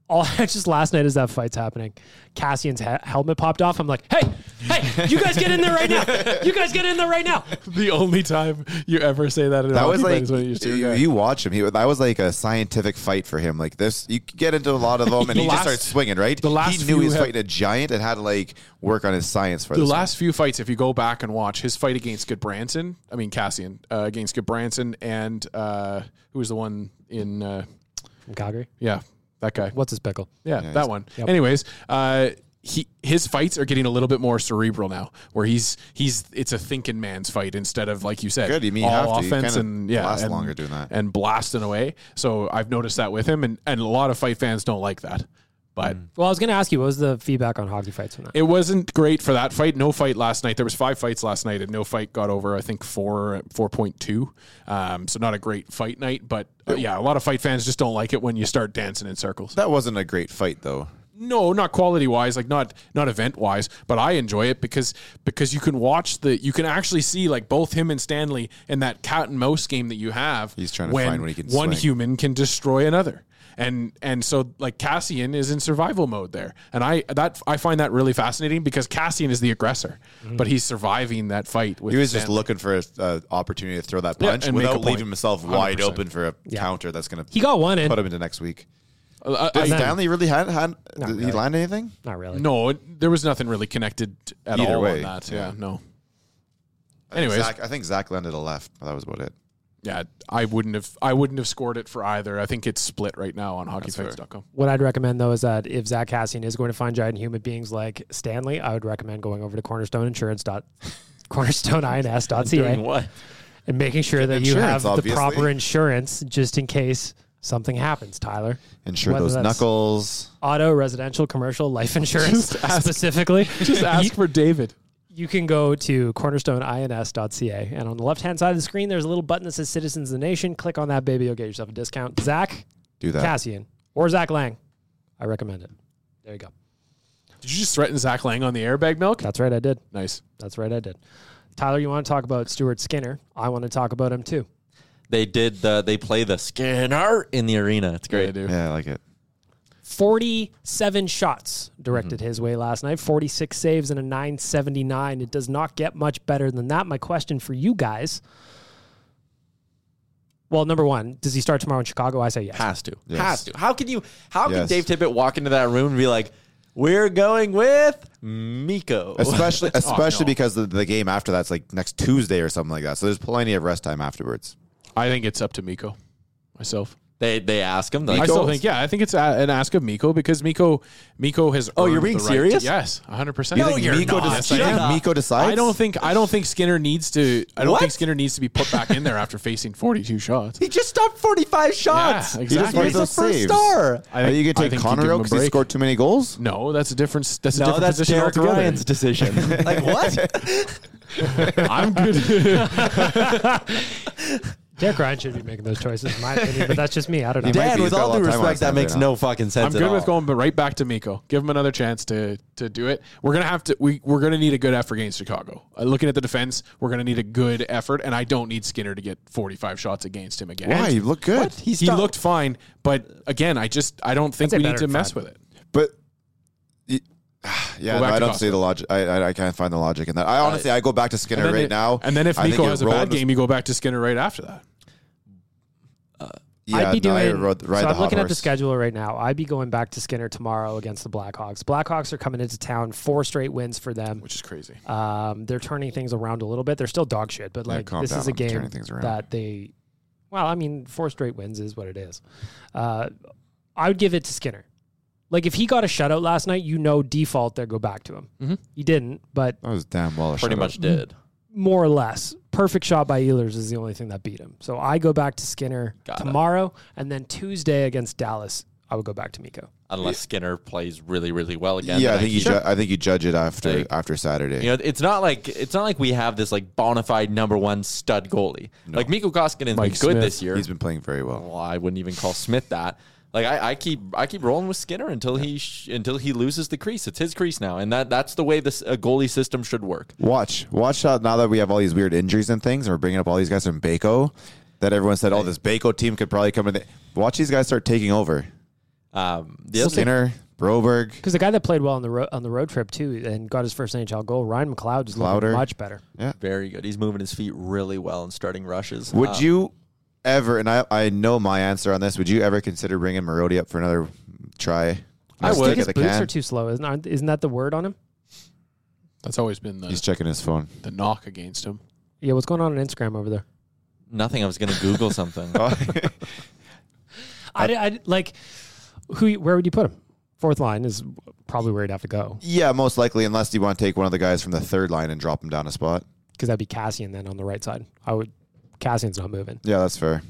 Speaker 3: all [laughs] just last night as that fight's happening, Cassian's he- helmet popped off. I'm like, hey, hey, you guys get in there right now. You guys get in there right now.
Speaker 6: [laughs] The only time you ever say that in
Speaker 5: That was
Speaker 6: hockey
Speaker 5: like
Speaker 6: is when you see a
Speaker 5: you,
Speaker 6: guy.
Speaker 5: you watch him. He that was like a scientific fight for him. Like this, you could get into a lot of
Speaker 6: [laughs]
Speaker 5: them, and
Speaker 6: The
Speaker 5: he
Speaker 6: last-
Speaker 5: just starts swinging. Right?
Speaker 6: the last
Speaker 5: he knew
Speaker 6: few
Speaker 5: he was
Speaker 6: have-
Speaker 5: fighting a giant and had to like work on his science for
Speaker 6: the
Speaker 5: this. one.
Speaker 6: last few fights, if you go back and watch his fight against Goodbranson, I mean Cassian uh, against Goodbranson, and uh, who was the one in? Uh,
Speaker 3: From Calgary.
Speaker 6: yeah, that guy.
Speaker 3: What's his pickle?
Speaker 6: Yeah, that one. Anyways, uh, he his fights are getting a little bit more cerebral now, where he's he's it's a thinking man's fight instead of like you said,
Speaker 5: Good, you mean you
Speaker 6: all
Speaker 5: have to. You
Speaker 6: offense
Speaker 5: kinda
Speaker 6: and yeah,
Speaker 5: last
Speaker 6: and,
Speaker 5: longer doing that.
Speaker 6: and blasting away. So I've noticed that with him, and and a lot of fight fans don't like that, but.
Speaker 5: Hmm.
Speaker 3: Well, I was going to ask you, what was the feedback on hockey fights from that?
Speaker 6: It wasn't great for that fight. No fight last night. There was five fights last night, and no fight got over. I think four four point two. Um, so not a great fight night, but uh, yeah, a lot of fight fans just don't like it when you start dancing in circles.
Speaker 5: that wasn't a great fight though.
Speaker 6: no not quality wise like not not event wise but i enjoy it because because you can watch the you can actually see like both him and stanley in that cat and mouse game that you have
Speaker 5: He's trying to find when he can
Speaker 6: one
Speaker 5: swing.
Speaker 6: human can destroy another and and so like cassian is in survival mode there and i that i find that really fascinating because cassian is the aggressor but he's surviving that fight with
Speaker 5: He was just
Speaker 6: Stanley.
Speaker 5: looking for an uh, opportunity to throw that
Speaker 6: Yeah,
Speaker 5: punch
Speaker 6: and make a
Speaker 5: without
Speaker 6: point.
Speaker 5: leaving himself wide
Speaker 6: 100%.
Speaker 5: open for a counter that's going to
Speaker 3: He got one in.
Speaker 5: put him into next week.
Speaker 6: Uh,
Speaker 5: Did
Speaker 6: I-
Speaker 5: Stanley really had, had did he
Speaker 3: really.
Speaker 5: land anything?
Speaker 3: Not really.
Speaker 6: no it- there was nothing really connected at
Speaker 5: Either
Speaker 6: all
Speaker 5: way,
Speaker 6: on that
Speaker 5: yeah.
Speaker 6: yeah no
Speaker 5: I think
Speaker 6: Anyways.
Speaker 5: Zach- I think Zach landed a left. But that was about it.
Speaker 6: Yeah, I wouldn't have I wouldn't have scored it for either. I think it's split right now on hockeyfights.com.
Speaker 3: What I'd recommend though is that if Zach Cassian is going to find giant human beings like Stanley, I would recommend going over to Cornerstone Insurance dot
Speaker 4: [laughs]
Speaker 3: [laughs]
Speaker 4: Doing
Speaker 3: cornerstoneins.ca
Speaker 4: what?
Speaker 3: and making sure that you
Speaker 5: Insurance,
Speaker 3: have the
Speaker 5: obviously.
Speaker 3: proper insurance just in case something happens, Tyler.
Speaker 5: Ensure
Speaker 3: Whether
Speaker 5: those
Speaker 3: that's
Speaker 5: knuckles.
Speaker 3: Auto, residential, commercial, life insurance
Speaker 6: Just ask-
Speaker 3: specifically.
Speaker 6: [laughs] Just ask for David.
Speaker 3: You can go to cornerstoneins.ca and on the left hand side of the screen there's a little button that says Citizens of the Nation. Click on that baby, you'll get yourself a discount. Zach
Speaker 5: Do that.
Speaker 3: Cassian or Zach Lang. I recommend it. There you go.
Speaker 6: Did you just threaten Zach Lang on the airbag milk?
Speaker 3: That's right, I did.
Speaker 6: Nice.
Speaker 3: That's right, I did. Tyler, you want to talk about Stuart Skinner? I want to talk about him too.
Speaker 4: They did the they play the Skinner in the arena. It's
Speaker 6: Great.
Speaker 4: great.
Speaker 6: dude.
Speaker 5: Yeah, I like
Speaker 6: [laughs]
Speaker 5: it.
Speaker 3: 47 shots directed his way last night, 46 saves and a 979. It does not get much better than that. My question for you guys well, number one, does he start tomorrow in Chicago? I say yes.
Speaker 4: Has to.
Speaker 5: Yes.
Speaker 4: Has to. How can you how
Speaker 5: Yes.
Speaker 4: can Dave Tippett walk into that room and be like, We're going with
Speaker 6: Oh,
Speaker 4: Miko?
Speaker 5: Especially, especially because the, the game after that's like next Tuesday or something like that. So there's plenty of rest time afterwards.
Speaker 6: I think it's up to Miko myself.
Speaker 4: [laughs] They they ask him.
Speaker 6: I
Speaker 4: Like,
Speaker 6: still think yeah, I think it's a, an ask of Miko because Miko Miko has Oh,
Speaker 4: you're being serious?
Speaker 6: yes, 100%.
Speaker 5: Do you think Miko,
Speaker 4: not.
Speaker 5: dec- do you
Speaker 4: Shut
Speaker 5: think
Speaker 4: up.
Speaker 5: Miko decides?
Speaker 6: I don't think I don't think Skinner needs to I don't
Speaker 4: What?
Speaker 6: think Skinner needs to be put back in there after facing
Speaker 4: [laughs]
Speaker 6: 42 shots.
Speaker 4: he just stopped forty five shots.
Speaker 6: Yeah,
Speaker 5: He just
Speaker 6: exactly.
Speaker 5: wanted
Speaker 4: He's the
Speaker 5: those
Speaker 4: first
Speaker 5: saves.
Speaker 4: star.
Speaker 6: I
Speaker 5: Are
Speaker 6: think-
Speaker 5: you going to
Speaker 6: I think
Speaker 5: take
Speaker 6: you give
Speaker 5: Connor
Speaker 6: him
Speaker 5: out
Speaker 6: a
Speaker 5: because he
Speaker 6: break.
Speaker 5: scored too many goals?
Speaker 6: No, that's a different that's a
Speaker 4: No,
Speaker 6: different
Speaker 4: that's
Speaker 6: position
Speaker 4: Derek
Speaker 6: altogether.
Speaker 4: Ryan's decision.
Speaker 5: [laughs]
Speaker 4: like what?
Speaker 6: I'm good.
Speaker 3: [laughs]
Speaker 6: [laughs]
Speaker 3: Derek Ryan should be making those choices, in my opinion, but that's just me. I don't know.
Speaker 5: He might
Speaker 4: Dan,
Speaker 5: be.
Speaker 4: with
Speaker 5: He's got a
Speaker 4: all
Speaker 5: lot
Speaker 4: due
Speaker 5: of time on
Speaker 4: respect,
Speaker 5: his
Speaker 4: that
Speaker 5: hands
Speaker 4: makes
Speaker 5: right now.
Speaker 4: no fucking sense.
Speaker 6: I'm
Speaker 4: at
Speaker 6: good with
Speaker 4: all.
Speaker 6: going, but right back to Miko. Give him another chance to to do it. We're gonna have to. We we're gonna need a good effort against Chicago. Uh, looking at the defense, we're gonna need a good effort, and I don't need Skinner to get 45 shots against him again.
Speaker 5: Why? You look good.
Speaker 6: He,
Speaker 4: stopped.
Speaker 6: looked fine, but again, I just I don't think
Speaker 3: I'd say
Speaker 6: we need
Speaker 3: better
Speaker 6: to
Speaker 3: than
Speaker 6: mess
Speaker 3: five.
Speaker 6: with it.
Speaker 5: But y- [sighs] yeah,
Speaker 6: Go
Speaker 5: no,
Speaker 6: back
Speaker 5: I
Speaker 6: to
Speaker 5: don't
Speaker 6: Costco.
Speaker 5: see the logic. I, I I can't find the logic in that.
Speaker 3: Uh,
Speaker 5: I honestly, I go back to Skinner
Speaker 6: then
Speaker 5: right
Speaker 6: it-
Speaker 5: now.
Speaker 6: and then if
Speaker 5: I think
Speaker 6: Miko
Speaker 5: you're
Speaker 6: has a bad
Speaker 5: rolling the-
Speaker 6: game, you go back to Skinner right after that.
Speaker 5: Yeah,
Speaker 3: I'd be
Speaker 5: no, I
Speaker 3: doing.
Speaker 5: rode-
Speaker 3: so
Speaker 5: ride the
Speaker 3: I'm
Speaker 5: hot
Speaker 3: looking at the
Speaker 5: horse.
Speaker 3: schedule right now. I'd be going back to Skinner tomorrow against the Blackhawks. Blackhawks are coming into town. Four straight wins for them.
Speaker 6: which is crazy.
Speaker 3: Um, they're turning things around a little bit. They're still dog shit, but
Speaker 5: Yeah,
Speaker 3: like
Speaker 5: calm
Speaker 3: this
Speaker 5: down
Speaker 3: is a
Speaker 5: on turning
Speaker 3: game
Speaker 5: things around.
Speaker 3: that they. Well, I mean, four straight wins is what it is. Uh, I would give it to Skinner. Like if he got a shutout last night, you know default they go back to him.
Speaker 5: Mm-hmm.
Speaker 4: Mhm.
Speaker 3: He didn't, but
Speaker 5: That was damn well. a
Speaker 4: Pretty
Speaker 5: shutout.
Speaker 4: much did.
Speaker 3: more or less. Perfect shot by Ehlers is the only thing that beat him. So I go back to Skinner
Speaker 4: Got it.
Speaker 3: tomorrow, and then Tuesday against Dallas, I would go back to Miko.
Speaker 4: Unless Skinner plays really, really well again.
Speaker 5: Yeah,
Speaker 4: then
Speaker 5: I think you.
Speaker 4: keep-
Speaker 5: Ju- I think you judge it after
Speaker 4: Like-
Speaker 5: after Saturday.
Speaker 4: You know, it's not like it's not like we have this like bona fide number one stud goalie. Like Miko Koskinen's been
Speaker 6: Mike
Speaker 4: good
Speaker 6: Smith.
Speaker 4: this year.
Speaker 5: He's been playing very well.
Speaker 4: well, I wouldn't even call Smith that. Like I, I keep I keep rolling with Skinner until he sh- until he loses the crease. It's his crease now, and that that's the way this a goalie system should work.
Speaker 5: Watch, watch out! Now that we have all these weird injuries and things, and we're bringing up all these guys from Baco, that everyone said, "Oh, this Baco team could probably come in." The-. Watch these guys start taking over.
Speaker 4: Um, the
Speaker 5: [laughs]
Speaker 4: other thing,
Speaker 5: Skinner, Broberg,
Speaker 3: Because the guy that played well on the ro- on the road trip too, and got his first NHL goal, Ryan McLeod is looking
Speaker 5: Clouder.
Speaker 3: much better.
Speaker 4: very good. He's moving his feet really well and starting rushes.
Speaker 5: Would
Speaker 4: Um,
Speaker 5: you ever? And I, I know my answer on this. Would you ever consider bringing Marody up for another try?
Speaker 4: I
Speaker 5: Stick
Speaker 4: would.
Speaker 5: at
Speaker 3: His
Speaker 5: the
Speaker 3: boots
Speaker 5: can?
Speaker 3: are too slow, isn't aren't- isn't that the word on him?
Speaker 6: That's always been
Speaker 5: He's
Speaker 6: the,
Speaker 5: checking his phone.
Speaker 6: the knock against him.
Speaker 3: Yeah, what's going on on Instagram over there?
Speaker 4: Nothing. I was going to Google
Speaker 5: [laughs]
Speaker 4: something.
Speaker 3: I, I like who? you- Where would you put him? Fourth line is probably where he'd have to go
Speaker 5: yeah, most likely, unless you want to take one of the guys from the third line and drop him down a spot.
Speaker 3: because that'd be Cassian then on the right side. I would. Cassian's not moving.
Speaker 5: Yeah, that's fair.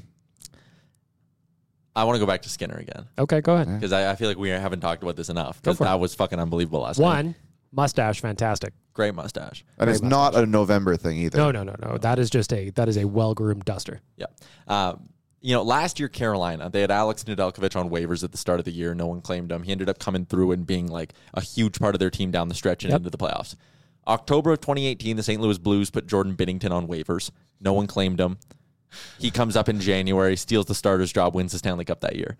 Speaker 4: I want to go back to Skinner again
Speaker 3: Okay, go ahead.
Speaker 4: because I, I feel like we haven't talked about this enough.
Speaker 3: Go
Speaker 4: Because
Speaker 3: for it.
Speaker 4: that was fucking unbelievable last night.
Speaker 3: One mustache, fantastic.
Speaker 4: great mustache.
Speaker 5: And it's not a November thing either.
Speaker 3: No, no, no, no. That is just a that is a well groomed duster.
Speaker 4: Yeah. Um, you know, last year Carolina, they had Alex Nedeljkovic on waivers at the start of the year. No one claimed him. He ended up coming through and being like a huge part of their team down the stretch and into the playoffs. October of 2018, the St. Louis Blues put Jordan Binnington on waivers. No one claimed him. He comes up in January, steals the starter's job, wins the Stanley Cup that year.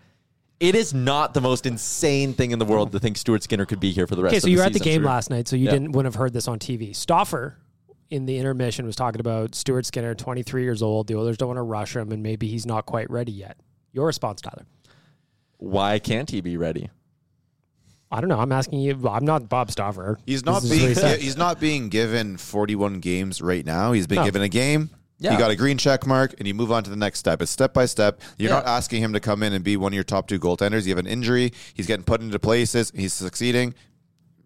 Speaker 4: It is not the most insane thing in the world to think Stuart Skinner could be here for the rest
Speaker 3: Okay,
Speaker 4: of
Speaker 3: so
Speaker 4: the
Speaker 3: you were
Speaker 4: season.
Speaker 3: at the game
Speaker 4: Sure.
Speaker 3: last night, so you
Speaker 4: Yeah.
Speaker 3: didn't wouldn't have heard this on TV. Stoffer in the intermission was talking about Stuart Skinner, 23 years old. The Oilers don't want to rush him, and maybe he's not quite ready yet. Your response, Tyler?
Speaker 4: Why can't he be ready?
Speaker 3: I don't know. I'm asking you. I'm not Bob Stoffer.
Speaker 5: He's
Speaker 3: This
Speaker 5: not
Speaker 3: is what he
Speaker 5: being
Speaker 3: said.
Speaker 5: [laughs] he's not being given 41 games right now. He's been
Speaker 3: No.
Speaker 5: given a game.
Speaker 4: Yeah.
Speaker 5: You got a green check mark, and you move on to the next step. It's step by step. You're
Speaker 4: Yeah.
Speaker 5: not asking him to come in and be one of your top two goaltenders. You have an injury. He's getting put into places. He's succeeding.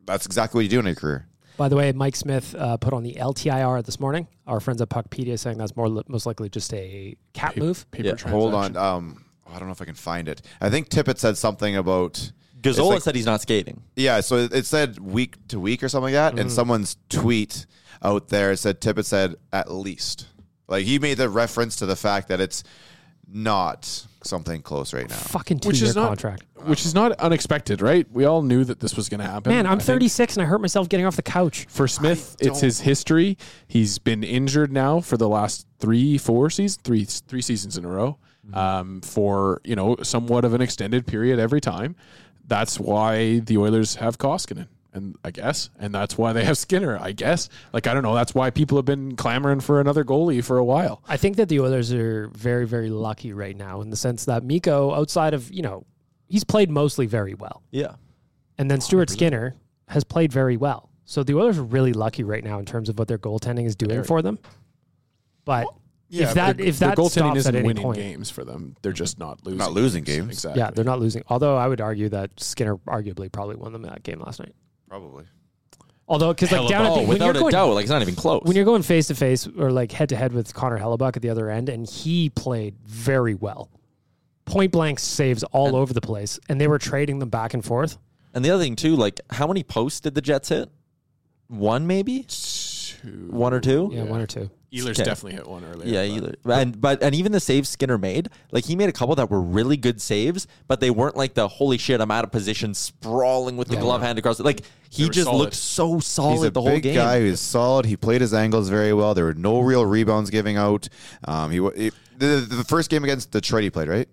Speaker 5: That's exactly what you do in your career.
Speaker 3: By the way, Mike Smith uh, put on the LTIR this morning. Our friends at Puckpedia saying that's more li- most likely just a cat move.
Speaker 6: Paper
Speaker 4: Yeah,
Speaker 6: transaction.
Speaker 5: Hold on. Um, I don't know if I can find it. I think Tippett said something about
Speaker 4: Gazzola
Speaker 5: like-
Speaker 4: said he's not skating.
Speaker 5: yeah. So it it said week to week or something like that. And someone's tweet out there said Tippett said at least. Like he made the reference to the fact that it's not something close right now.
Speaker 3: Fucking two
Speaker 6: Which
Speaker 3: year
Speaker 6: is not
Speaker 3: contract.
Speaker 6: Which is not unexpected, right? We all knew that this was going to happen.
Speaker 3: Man, I'm
Speaker 6: I think
Speaker 3: 36 and I hurt myself getting off the couch.
Speaker 6: For Smith, it's his history. He's been injured now for the last three, four seasons, three, three seasons in a row. Um, for you know, somewhat of an extended period every time. That's why the Oilers have Koskinen, and I guess, and that's why they have Skinner, I guess. Like I don't know. That's why people have been clamoring for another goalie for a while.
Speaker 3: I think that the Oilers are very, very lucky right now in the sense that Miko, outside of, you know, he's played mostly very well.
Speaker 4: Yeah.
Speaker 3: And
Speaker 6: Oh,
Speaker 3: then Stuart Skinner has played very well. So the Oilers are really lucky right now in terms of what their goaltending is doing for them. But if that
Speaker 6: Their-
Speaker 3: if
Speaker 6: their
Speaker 3: that
Speaker 6: goaltending
Speaker 3: stops
Speaker 6: isn't
Speaker 3: at any
Speaker 6: winning
Speaker 3: point,
Speaker 6: games for them, they're just not losing.
Speaker 5: Not losing games.
Speaker 6: exactly.
Speaker 3: yeah, they're not losing. Although I would argue that Skinner arguably probably won them that game last night.
Speaker 5: Probably.
Speaker 3: Although because like down at the,
Speaker 4: oh,
Speaker 3: when you're
Speaker 4: without a
Speaker 3: going
Speaker 4: doubt, like it's not even close.
Speaker 3: when you're going face to face or like head to head with Connor Hellebuck at the other end, and he played very well. Point blank saves all over the place, and they were trading them back and forth.
Speaker 4: And the other thing too, like how many posts did the Jets hit? One maybe, one or two.
Speaker 3: Yeah, one or two.
Speaker 6: Ehlers
Speaker 4: Okay.
Speaker 6: definitely hit one earlier.
Speaker 4: Yeah,
Speaker 6: but-
Speaker 4: either. and but and even the saves Skinner made, like he made a couple that were really good saves, but they weren't like the holy shit, I'm out of position, sprawling with the glove hand across. it. Like he
Speaker 6: were
Speaker 4: just
Speaker 6: solid.
Speaker 4: looked so solid
Speaker 5: He's a
Speaker 4: the whole
Speaker 5: big
Speaker 4: game.
Speaker 5: guy who's solid. He played his angles very well. There were no real rebounds giving out. Um, he, wa- he the, the first game against Detroit he played right.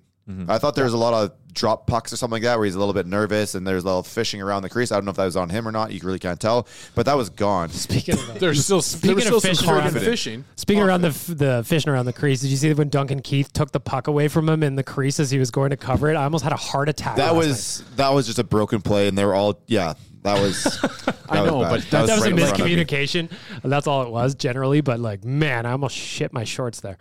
Speaker 5: I thought there was a lot of drop pucks or something like that where he's a little bit nervous and there's a little fishing around the crease. I don't know if that was on him or not. You really can't tell, but that was gone.
Speaker 3: Speaking of uh, that.
Speaker 6: There's still
Speaker 3: Speaking
Speaker 6: there's
Speaker 3: of
Speaker 6: still
Speaker 3: fishing
Speaker 6: some
Speaker 3: around-
Speaker 6: confident fishing.
Speaker 3: Speaking around the f- the fishing around the crease, did you see when Duncan Keith took the puck away from him in the crease as he was going to cover it? I almost had a heart attack.
Speaker 5: That
Speaker 3: last
Speaker 5: was that was just a broken play, and they were all yeah. That
Speaker 6: [laughs]
Speaker 5: was. that
Speaker 6: I know,
Speaker 5: was bad.
Speaker 6: but that
Speaker 3: night. that was a
Speaker 5: right in front of me.
Speaker 3: miscommunication. And that's all it was generally. But like, man, I almost shit my shorts there.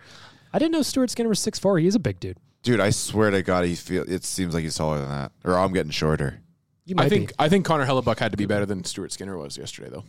Speaker 3: I didn't know Stuart Skinner was six four. He's a big dude.
Speaker 5: Dude, I swear to God, he feel it seems like he's taller than that, or I'm getting shorter.
Speaker 3: You might
Speaker 6: I think
Speaker 3: be.
Speaker 6: I think Connor Hellebuck had to be better than Stuart Skinner was yesterday, though.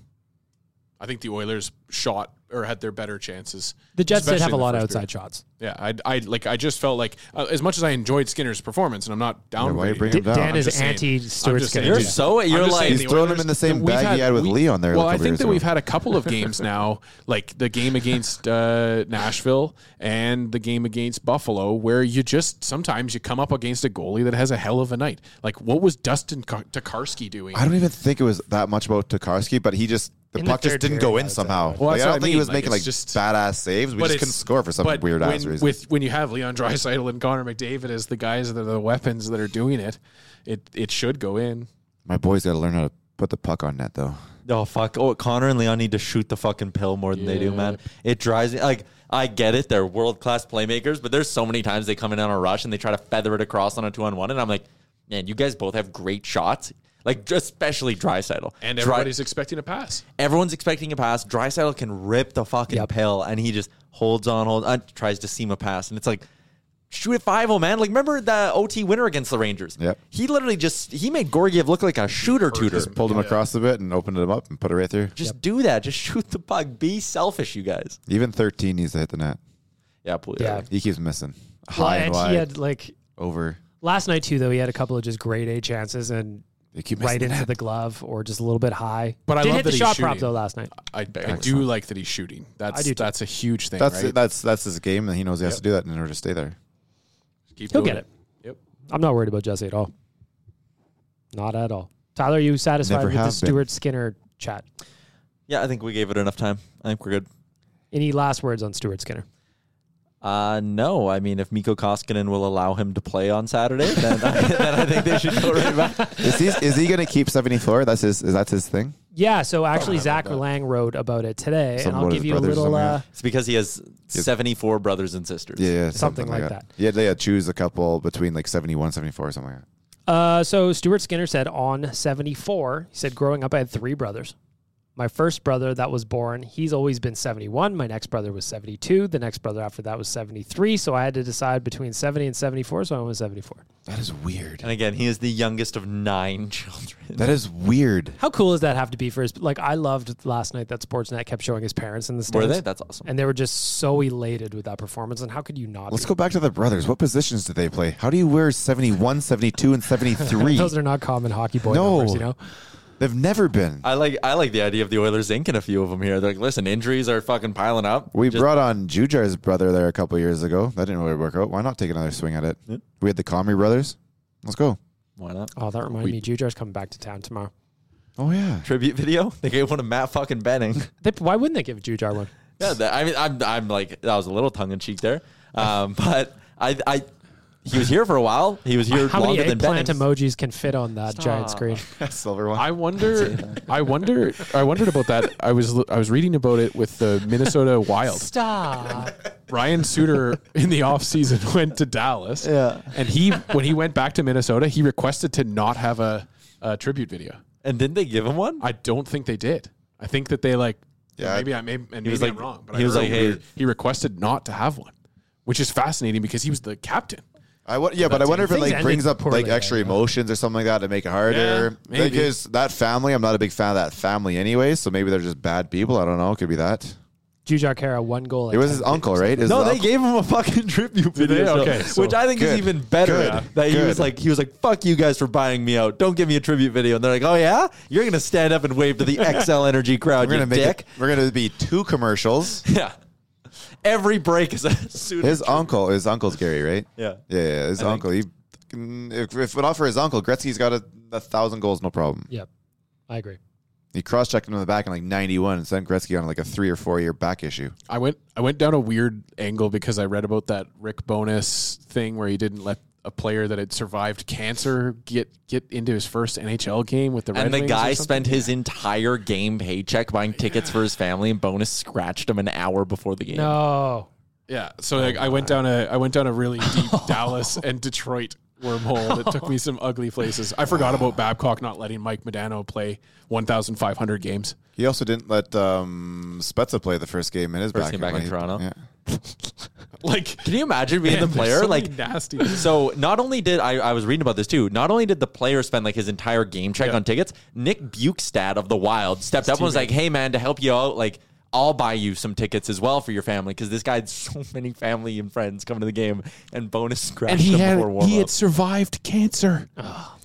Speaker 6: I think the Oilers shot or had their better chances.
Speaker 3: The Jets did
Speaker 6: especially
Speaker 3: have a
Speaker 6: in the
Speaker 3: lot of
Speaker 6: first
Speaker 3: outside
Speaker 6: period.
Speaker 3: shots.
Speaker 6: Yeah, I, I like I just felt like uh, as much as I enjoyed Skinner's performance, and I'm not down.
Speaker 5: why you bring
Speaker 3: D-
Speaker 5: him down?
Speaker 3: Dan
Speaker 5: I'm
Speaker 3: is
Speaker 6: just saying.
Speaker 3: anti
Speaker 6: I'm
Speaker 3: Stuart
Speaker 6: just saying,
Speaker 3: Skinner.
Speaker 6: dude.
Speaker 3: Yeah.
Speaker 4: So
Speaker 6: I'm
Speaker 4: you're
Speaker 6: just
Speaker 4: like
Speaker 6: saying
Speaker 5: He's
Speaker 6: the
Speaker 5: throwing him
Speaker 6: Oilers-
Speaker 5: in the same
Speaker 6: we've
Speaker 5: bag he had with Lee on there a
Speaker 6: Well, I
Speaker 5: couple
Speaker 6: think
Speaker 5: years
Speaker 6: that
Speaker 5: ago.
Speaker 6: we've had a couple of games [laughs] now, like the game against uh, Nashville and the game against Buffalo, where you just sometimes you come up against a goalie that has a hell of a night. Like what was Dustin Ka- Tokarski doing?
Speaker 5: I don't even think it was that much about Tokarski, but he just the
Speaker 3: In the
Speaker 5: puck just
Speaker 3: third
Speaker 5: didn't
Speaker 3: period,
Speaker 5: go
Speaker 3: I
Speaker 5: in
Speaker 3: would say.
Speaker 5: somehow.
Speaker 6: Well,
Speaker 5: like,
Speaker 6: that's
Speaker 5: I don't
Speaker 6: what I
Speaker 5: think he
Speaker 6: mean.
Speaker 5: was
Speaker 6: Like,
Speaker 5: making
Speaker 6: it's
Speaker 5: like
Speaker 6: just-
Speaker 5: badass saves. We
Speaker 6: But
Speaker 5: just
Speaker 6: it's-
Speaker 5: couldn't score for some
Speaker 6: but
Speaker 5: weird ass
Speaker 6: when-
Speaker 5: reason.
Speaker 6: With when you have Leon Draisaitl and Connor McDavid as the guys that are the weapons that are doing it, it it should go in.
Speaker 5: My boy's got to learn how to put the puck on net though.
Speaker 4: Oh fuck! Oh, Connor and Leon need to shoot the fucking pill more than they do, man. It drives me. Like I get it, they're world class playmakers, but there's so many times they come in on a rush and they try to feather it across on a two on one, and I'm like, man, you guys both have great shots. Like especially Drysaddle,
Speaker 6: And everybody's expecting a pass.
Speaker 4: everyone's expecting a pass. Drysaddle can rip the fucking pill, and he just holds on, hold, uh, tries to seam a pass, and it's like. Shoot at 5 man. Like, remember the OT winner against the Rangers?
Speaker 5: Yep.
Speaker 4: He literally just, he made Gorgiev look like a shooter tutor.
Speaker 5: Just pulled him across a bit and opened him up and put it right through.
Speaker 4: Just do that. Just [laughs] shoot the puck. Be selfish, you guys.
Speaker 5: Even 13 needs to hit the net.
Speaker 4: Yeah, please.
Speaker 3: Yeah.
Speaker 5: He keeps missing
Speaker 3: Well,
Speaker 5: high and
Speaker 3: and
Speaker 5: wide
Speaker 3: he had like
Speaker 5: over.
Speaker 3: last night too, though he had a couple of just grade A chances and
Speaker 5: They keep missing
Speaker 3: right
Speaker 5: the
Speaker 3: into
Speaker 5: net.
Speaker 3: the glove or just a little bit high.
Speaker 6: But I
Speaker 3: did
Speaker 6: love
Speaker 3: hit
Speaker 6: that
Speaker 3: the
Speaker 6: he's
Speaker 3: shot prop
Speaker 6: shooting.
Speaker 3: though last night.
Speaker 6: I, I do like that he's shooting. That's
Speaker 3: I do too.
Speaker 6: that's a huge thing.
Speaker 5: That's
Speaker 6: right?
Speaker 5: that's that's his game, and he knows he has to do that in order to stay there.
Speaker 6: Keep
Speaker 3: He'll
Speaker 6: doing
Speaker 3: get it.
Speaker 6: Yep.
Speaker 3: I'm not worried about Jesse at all. Not at all. Tyler, are you satisfied
Speaker 5: Never
Speaker 3: with the
Speaker 5: have been.
Speaker 3: Stuart Skinner chat?
Speaker 4: Yeah, I think we gave it enough time. I think we're good.
Speaker 3: Any last words on Stuart Skinner?
Speaker 4: Uh, no, I mean, if Miko Koskinen will allow him to play on Saturday, [laughs] then I, then I think they should go right [laughs] back.
Speaker 5: Is he is he going to keep 74? That's his is that's his thing.
Speaker 3: Yeah, so actually Zach Lang wrote about it today,
Speaker 5: Something
Speaker 3: and I'll
Speaker 5: about
Speaker 3: give
Speaker 5: his
Speaker 3: you a
Speaker 5: brothers or
Speaker 3: little
Speaker 5: something,
Speaker 3: uh,
Speaker 4: It's because he has 74 brothers and sisters.
Speaker 5: Yeah, yeah
Speaker 3: Something like that.
Speaker 5: Yeah, they had to choose a couple between like 71, 74, or something like that.
Speaker 3: Uh, so Stuart Skinner said on 74, he said, growing up, I had three brothers. My first brother that was born, he's always been 71. My next brother was 72. The next brother after that was 73. So I had to decide between 70 and 74. So I went with 74.
Speaker 5: That is weird.
Speaker 4: And again, he is the youngest of nine [laughs] children.
Speaker 5: That is weird.
Speaker 3: How cool does that have to be for his? Like, I loved last night that Sportsnet kept showing his parents in the stands.
Speaker 4: Were they? That's awesome.
Speaker 3: And they were just so elated with that performance. And how could you not?
Speaker 5: Let's
Speaker 3: be?
Speaker 5: go back to the brothers. What positions did they play? How do you wear 71, 72, and
Speaker 3: [laughs]
Speaker 5: 73?
Speaker 3: Those are not common hockey boy
Speaker 5: No.
Speaker 3: numbers, you know?
Speaker 5: They've never been.
Speaker 4: I like I like the idea of the Oilers inking a few of them here. They're like, listen, injuries are fucking piling up.
Speaker 5: We
Speaker 4: Just-
Speaker 5: brought on Jujar's brother there a couple years ago. That didn't really work out. Why not take another swing at it? We had the Comrie brothers. Let's go.
Speaker 4: why not?
Speaker 3: Oh, that reminded me. Jujar's coming back to town tomorrow.
Speaker 5: Oh yeah.
Speaker 4: Tribute video. [laughs] They gave one to Matt fucking Benning.
Speaker 3: They, why wouldn't they give Jujar one?
Speaker 4: Yeah, that, I mean, I'm, I'm like that was a little tongue in cheek there, um, [laughs] but I, I, he was here for a while. He was here
Speaker 3: How many
Speaker 4: longer than
Speaker 3: eggplant
Speaker 4: Bennings.
Speaker 3: emojis can fit on that giant screen?
Speaker 5: Silver one.
Speaker 6: I wonder. I wonder. I wondered about that. I was I was reading about it with the Minnesota Wild.
Speaker 3: [laughs] Stop.
Speaker 6: Ryan Suter in the offseason [laughs] went to Dallas. Yeah. And he when he went back to Minnesota, he requested to not have a, a tribute video.
Speaker 4: and didn't they give him one?
Speaker 6: I don't think they did. I think that they like
Speaker 5: Yeah.
Speaker 6: maybe I maybe and
Speaker 4: He
Speaker 6: maybe
Speaker 4: was
Speaker 6: I'm
Speaker 4: like-
Speaker 6: wrong, but
Speaker 4: he
Speaker 6: I
Speaker 4: was
Speaker 6: heard
Speaker 4: like, hey-
Speaker 6: he requested not to have one, which is fascinating because he was the captain.
Speaker 5: I wa- yeah, but I wonder if it
Speaker 3: Things
Speaker 5: like
Speaker 3: ended
Speaker 5: brings up
Speaker 3: poorly
Speaker 5: like extra
Speaker 3: there, yeah.
Speaker 5: emotions or something like that to make it harder.
Speaker 6: Yeah, maybe.
Speaker 5: Because that family, I'm not a big fan of that family anyway. So maybe they're just bad people. I don't know. Could be that.
Speaker 3: Jujar Kara, one goal.
Speaker 5: It was his uncle, right? It was
Speaker 4: no,
Speaker 5: his
Speaker 4: they
Speaker 5: uncle.
Speaker 4: gave him a fucking tribute video,
Speaker 6: Okay, so-
Speaker 4: which I think is
Speaker 5: Good.
Speaker 4: even better.
Speaker 5: Good.
Speaker 4: That he was
Speaker 5: Good.
Speaker 4: like, he was like, "Fuck you guys for buying me out. Don't give me a tribute video." And they're like, "Oh yeah, you're gonna stand up and wave to the
Speaker 5: [laughs]
Speaker 4: XL Energy crowd,
Speaker 5: We're
Speaker 4: you
Speaker 5: gonna make
Speaker 4: dick."
Speaker 5: it, we're gonna be
Speaker 4: [laughs]
Speaker 5: two commercials.
Speaker 4: Yeah, every break is a suit.
Speaker 5: His uncle, his uncle's Gary, right?
Speaker 4: Yeah.
Speaker 5: yeah, yeah his uncle. He, if, if not for his uncle, Gretzky's got a, a thousand goals, no problem.
Speaker 3: Yep. I agree.
Speaker 5: He cross-checked him in the back in like '91 and sent Gretzky on like a three or four-year back issue.
Speaker 6: I went I went down a weird angle because I read about that Rick Bonus thing where he didn't let a player that had survived cancer get get into his first NHL game with the Red
Speaker 4: and the
Speaker 6: Wings or
Speaker 4: guy
Speaker 6: something?
Speaker 4: spent his entire game paycheck buying tickets for his family, and bonus scratched him an hour before the game.
Speaker 3: No.
Speaker 6: Yeah, so like I went down a I went down
Speaker 4: [laughs]
Speaker 6: a really deep Dallas and Detroit wormhole that took me some ugly places. I forgot about Babcock not letting Mike Medano play 1,500 games.
Speaker 5: He also didn't let um, Spezza play the first game in his
Speaker 4: First
Speaker 5: back
Speaker 4: game back in Toronto.
Speaker 5: Yeah.
Speaker 6: Like
Speaker 4: Can you imagine being
Speaker 6: man,
Speaker 4: the
Speaker 6: there's
Speaker 4: player?
Speaker 6: something
Speaker 4: Like
Speaker 6: nasty.
Speaker 4: So not only did I, I was reading about this too. Not only did the player spend like his entire game check
Speaker 6: Yeah.
Speaker 4: on tickets, Nick Bukestad of the Wild stepped up and was like, "Hey man, to help you out, like I'll buy you some tickets as well for your family because this guy had [laughs] so many family and friends coming to the game and bonus scratched
Speaker 6: and he
Speaker 4: him
Speaker 6: had
Speaker 4: before warm
Speaker 6: he had survived cancer,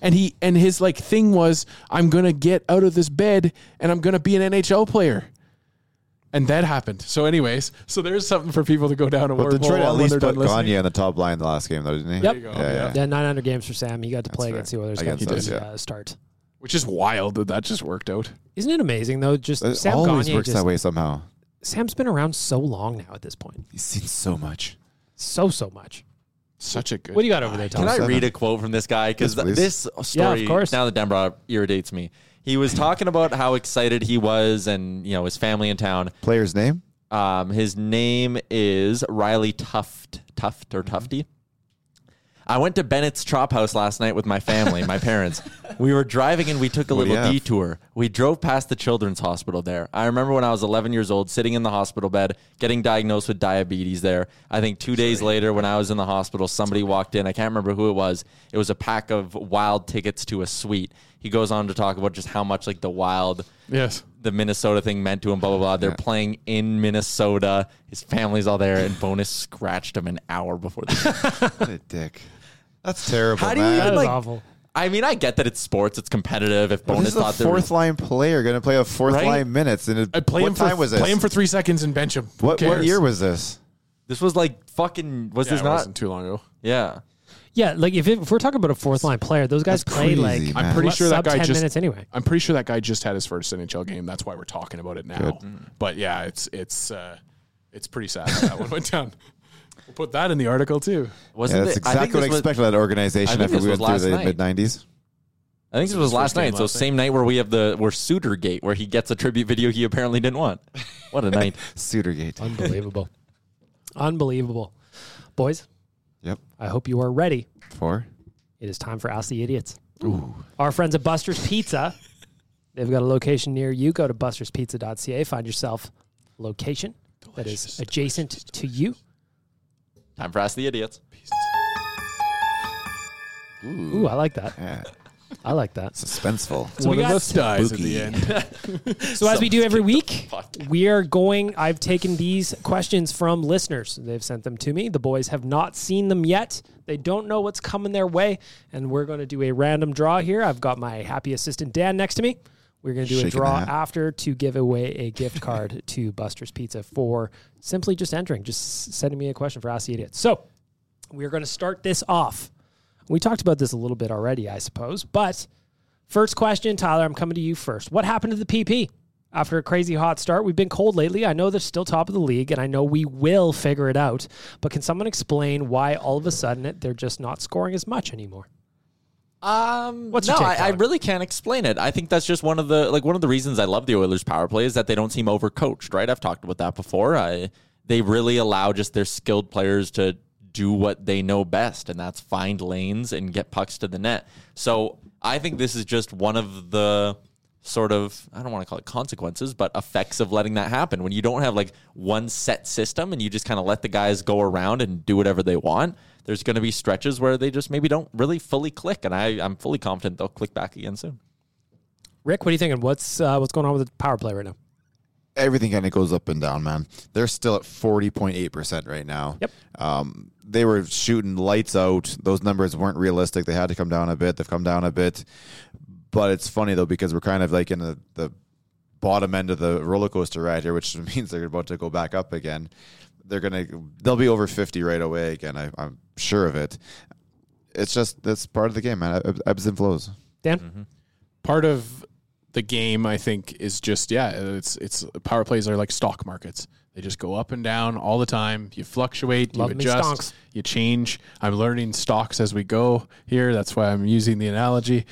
Speaker 6: and he and his like thing was I'm gonna get out of this bed and I'm gonna be an NHL player. And that happened. So, anyways, so there's something for people to go down a
Speaker 5: But
Speaker 6: wormhole
Speaker 5: Detroit
Speaker 6: on
Speaker 5: at
Speaker 6: when
Speaker 5: least
Speaker 6: they're
Speaker 5: put
Speaker 6: done listening.
Speaker 5: Gagne on the top line the last game, though, didn't he?
Speaker 3: Yep.
Speaker 5: Yeah, yeah.
Speaker 3: Yeah, 900 games for Sam. He got to play
Speaker 5: fair.
Speaker 3: against the Oilers. Got
Speaker 5: Against
Speaker 3: to
Speaker 5: us,
Speaker 3: do,
Speaker 5: yeah.
Speaker 3: uh, start.
Speaker 6: which is wild that that just worked out.
Speaker 3: Isn't it amazing though? Just
Speaker 5: It
Speaker 3: Sam
Speaker 5: always
Speaker 3: Gagne
Speaker 5: works
Speaker 3: just-
Speaker 5: that way somehow.
Speaker 3: Sam's been around so long now at this point,
Speaker 5: He's seen so much.
Speaker 3: so so much.
Speaker 6: Such a good.
Speaker 3: What do you got over there, Tom?
Speaker 4: Can I
Speaker 5: Seven.
Speaker 4: read a quote from this guy? Because
Speaker 5: Yes, please.
Speaker 4: this story,
Speaker 3: course.
Speaker 4: now that Dan brought up, irritates me. He was talking about how excited he was and, you know, his family in town.
Speaker 5: Player's name?
Speaker 4: Um, his name is Riley Tuft, Tuft or Tufty. I went to Bennett's Chop House last night with my family, my parents. We were driving and we took a
Speaker 5: What do you
Speaker 4: little
Speaker 5: have?
Speaker 4: detour. We drove past the children's hospital there. I remember when I was 11 years old, sitting in the hospital bed, getting diagnosed with diabetes there. I think two days later, when I was in the hospital, somebody walked in. I can't remember who it was. It was a pack of wild tickets to a suite. He goes on to talk about just how much, like, the wild
Speaker 6: Yes.
Speaker 4: the Minnesota thing meant to him, blah blah blah. They're playing in Minnesota. His family's all there, and bonus scratched him an hour before
Speaker 5: [laughs]
Speaker 4: the
Speaker 5: What a dick. That's terrible.
Speaker 4: How do you
Speaker 5: man.
Speaker 3: That is
Speaker 4: Like-
Speaker 3: awful.
Speaker 4: I mean, I get that it's sports, it's competitive. If
Speaker 5: But
Speaker 4: bonus
Speaker 5: this is a
Speaker 4: thought they were-
Speaker 5: fourth line player going to play a fourth
Speaker 4: Right?
Speaker 5: line minutes. And it,
Speaker 6: I play
Speaker 5: what
Speaker 6: him for
Speaker 5: time was this?
Speaker 6: play him for three seconds and bench him. Who
Speaker 5: what, what
Speaker 6: cares?
Speaker 5: year was this?
Speaker 4: this was like fucking was
Speaker 6: Yeah,
Speaker 4: this
Speaker 6: it
Speaker 4: not?
Speaker 6: wasn't too long ago.
Speaker 4: Yeah.
Speaker 3: Yeah, like if, it, if we're talking about a fourth line player, those guys
Speaker 5: That's
Speaker 3: play
Speaker 5: crazy,
Speaker 3: like
Speaker 5: man.
Speaker 6: I'm pretty
Speaker 3: less-
Speaker 6: sure that
Speaker 3: sub
Speaker 6: guy
Speaker 3: 10
Speaker 6: just.
Speaker 3: minutes anyway.
Speaker 6: I'm pretty sure that guy just had his first NHL game. That's why we're talking about it now.
Speaker 3: Mm-hmm.
Speaker 6: But yeah, it's it's uh, it's pretty sad that, that one [laughs] went down. We'll put that in the article too.
Speaker 5: Yeah,
Speaker 4: Wasn't
Speaker 5: that's
Speaker 4: it- I think
Speaker 5: exactly what I
Speaker 4: this was-
Speaker 5: expected of that organization
Speaker 4: think
Speaker 5: after
Speaker 4: this
Speaker 5: we
Speaker 4: was
Speaker 5: went through
Speaker 4: last
Speaker 5: the
Speaker 4: night.
Speaker 5: mid 90s.
Speaker 4: I think this was last
Speaker 6: game
Speaker 4: night. So
Speaker 6: last night.
Speaker 4: same night where we have the where Suter Gate, where he gets a tribute video he apparently didn't want. What
Speaker 5: [laughs]
Speaker 4: a night!
Speaker 5: Sutergate.
Speaker 3: Unbelievable, [laughs] unbelievable, boys.
Speaker 5: Yep.
Speaker 3: I hope you are ready.
Speaker 5: Four.
Speaker 3: It is time for Ask the Idiots. Our friends at Buster's Pizza, they've got a location near you. Go to busterspizza.ca, find yourself a location that is adjacent to you.
Speaker 4: Time for ask the idiots.
Speaker 3: Ooh, I like that.
Speaker 5: Yeah.
Speaker 3: I like that.
Speaker 5: Suspenseful.
Speaker 3: So we
Speaker 6: one of
Speaker 3: got
Speaker 6: us dies
Speaker 5: Spooky.
Speaker 6: at the end.
Speaker 3: So as we do every week,
Speaker 4: fuck
Speaker 3: we are going. I've taken these questions from listeners. They've sent them to me. The boys have not seen them yet. They don't know what's coming their way, and we're going to do a random draw here. I've got my happy assistant Dan next to me. We're going to do
Speaker 5: Shaking
Speaker 3: a
Speaker 5: the
Speaker 3: draw
Speaker 5: hat.
Speaker 3: after to give away a gift card [laughs] to Buster's Pizza for simply just entering, just sending me a question for Ask the Idiot. So we are going to start this off. We talked about this a little bit already, I suppose, but First question, Tyler, I'm coming to you first. What happened to the PP? After a crazy hot start, we've been cold lately. I know they're still top of the league, and I know we will figure it out. But can someone explain why all of a sudden it- they're just not scoring as much anymore?
Speaker 4: Um,
Speaker 3: What's
Speaker 4: no,
Speaker 3: your take,
Speaker 4: I, I
Speaker 3: Tyler?
Speaker 4: really can't explain it. I think that's just one of the like one of the reasons I love the Oilers' power play is that they don't seem overcoached. Right? I've talked about that before. I, they really allow just their skilled players to do what they know best, and that's find lanes and get pucks to the net. So I think this is just one of the sort of I don't want to call it consequences, but effects of letting that happen when you don't have like one set system and you just kind of let the guys go around and do whatever they want. There's going to be stretches where they just maybe don't really fully click, and I, I'm fully confident they'll click back again soon.
Speaker 3: Rick, what are you thinking? What's uh, what's going on with the power play right now?
Speaker 5: everything kind of goes up and down, man. They're still at 40.8% right now.
Speaker 3: Yep.
Speaker 5: Um, they were shooting lights out. Those numbers weren't realistic. They had to come down a bit. They've come down a bit. But it's funny, though, because we're kind of like in the, the bottom end of the roller coaster ride here, which [laughs] means they're about to go back up again. They're going to, they'll be over 50 right away again. I, I'm sure of it. It's just, that's part of the game, man. Eb- Ebbs and flows.
Speaker 3: Dan,
Speaker 6: Part of the game, I think, is just yeah, it's it's power plays are like stock markets. They just go up and down all the time. You fluctuate,
Speaker 3: Love
Speaker 6: you
Speaker 3: me stonks.
Speaker 6: adjust, you change. I'm learning stocks as we go here. That's why I'm using the analogy.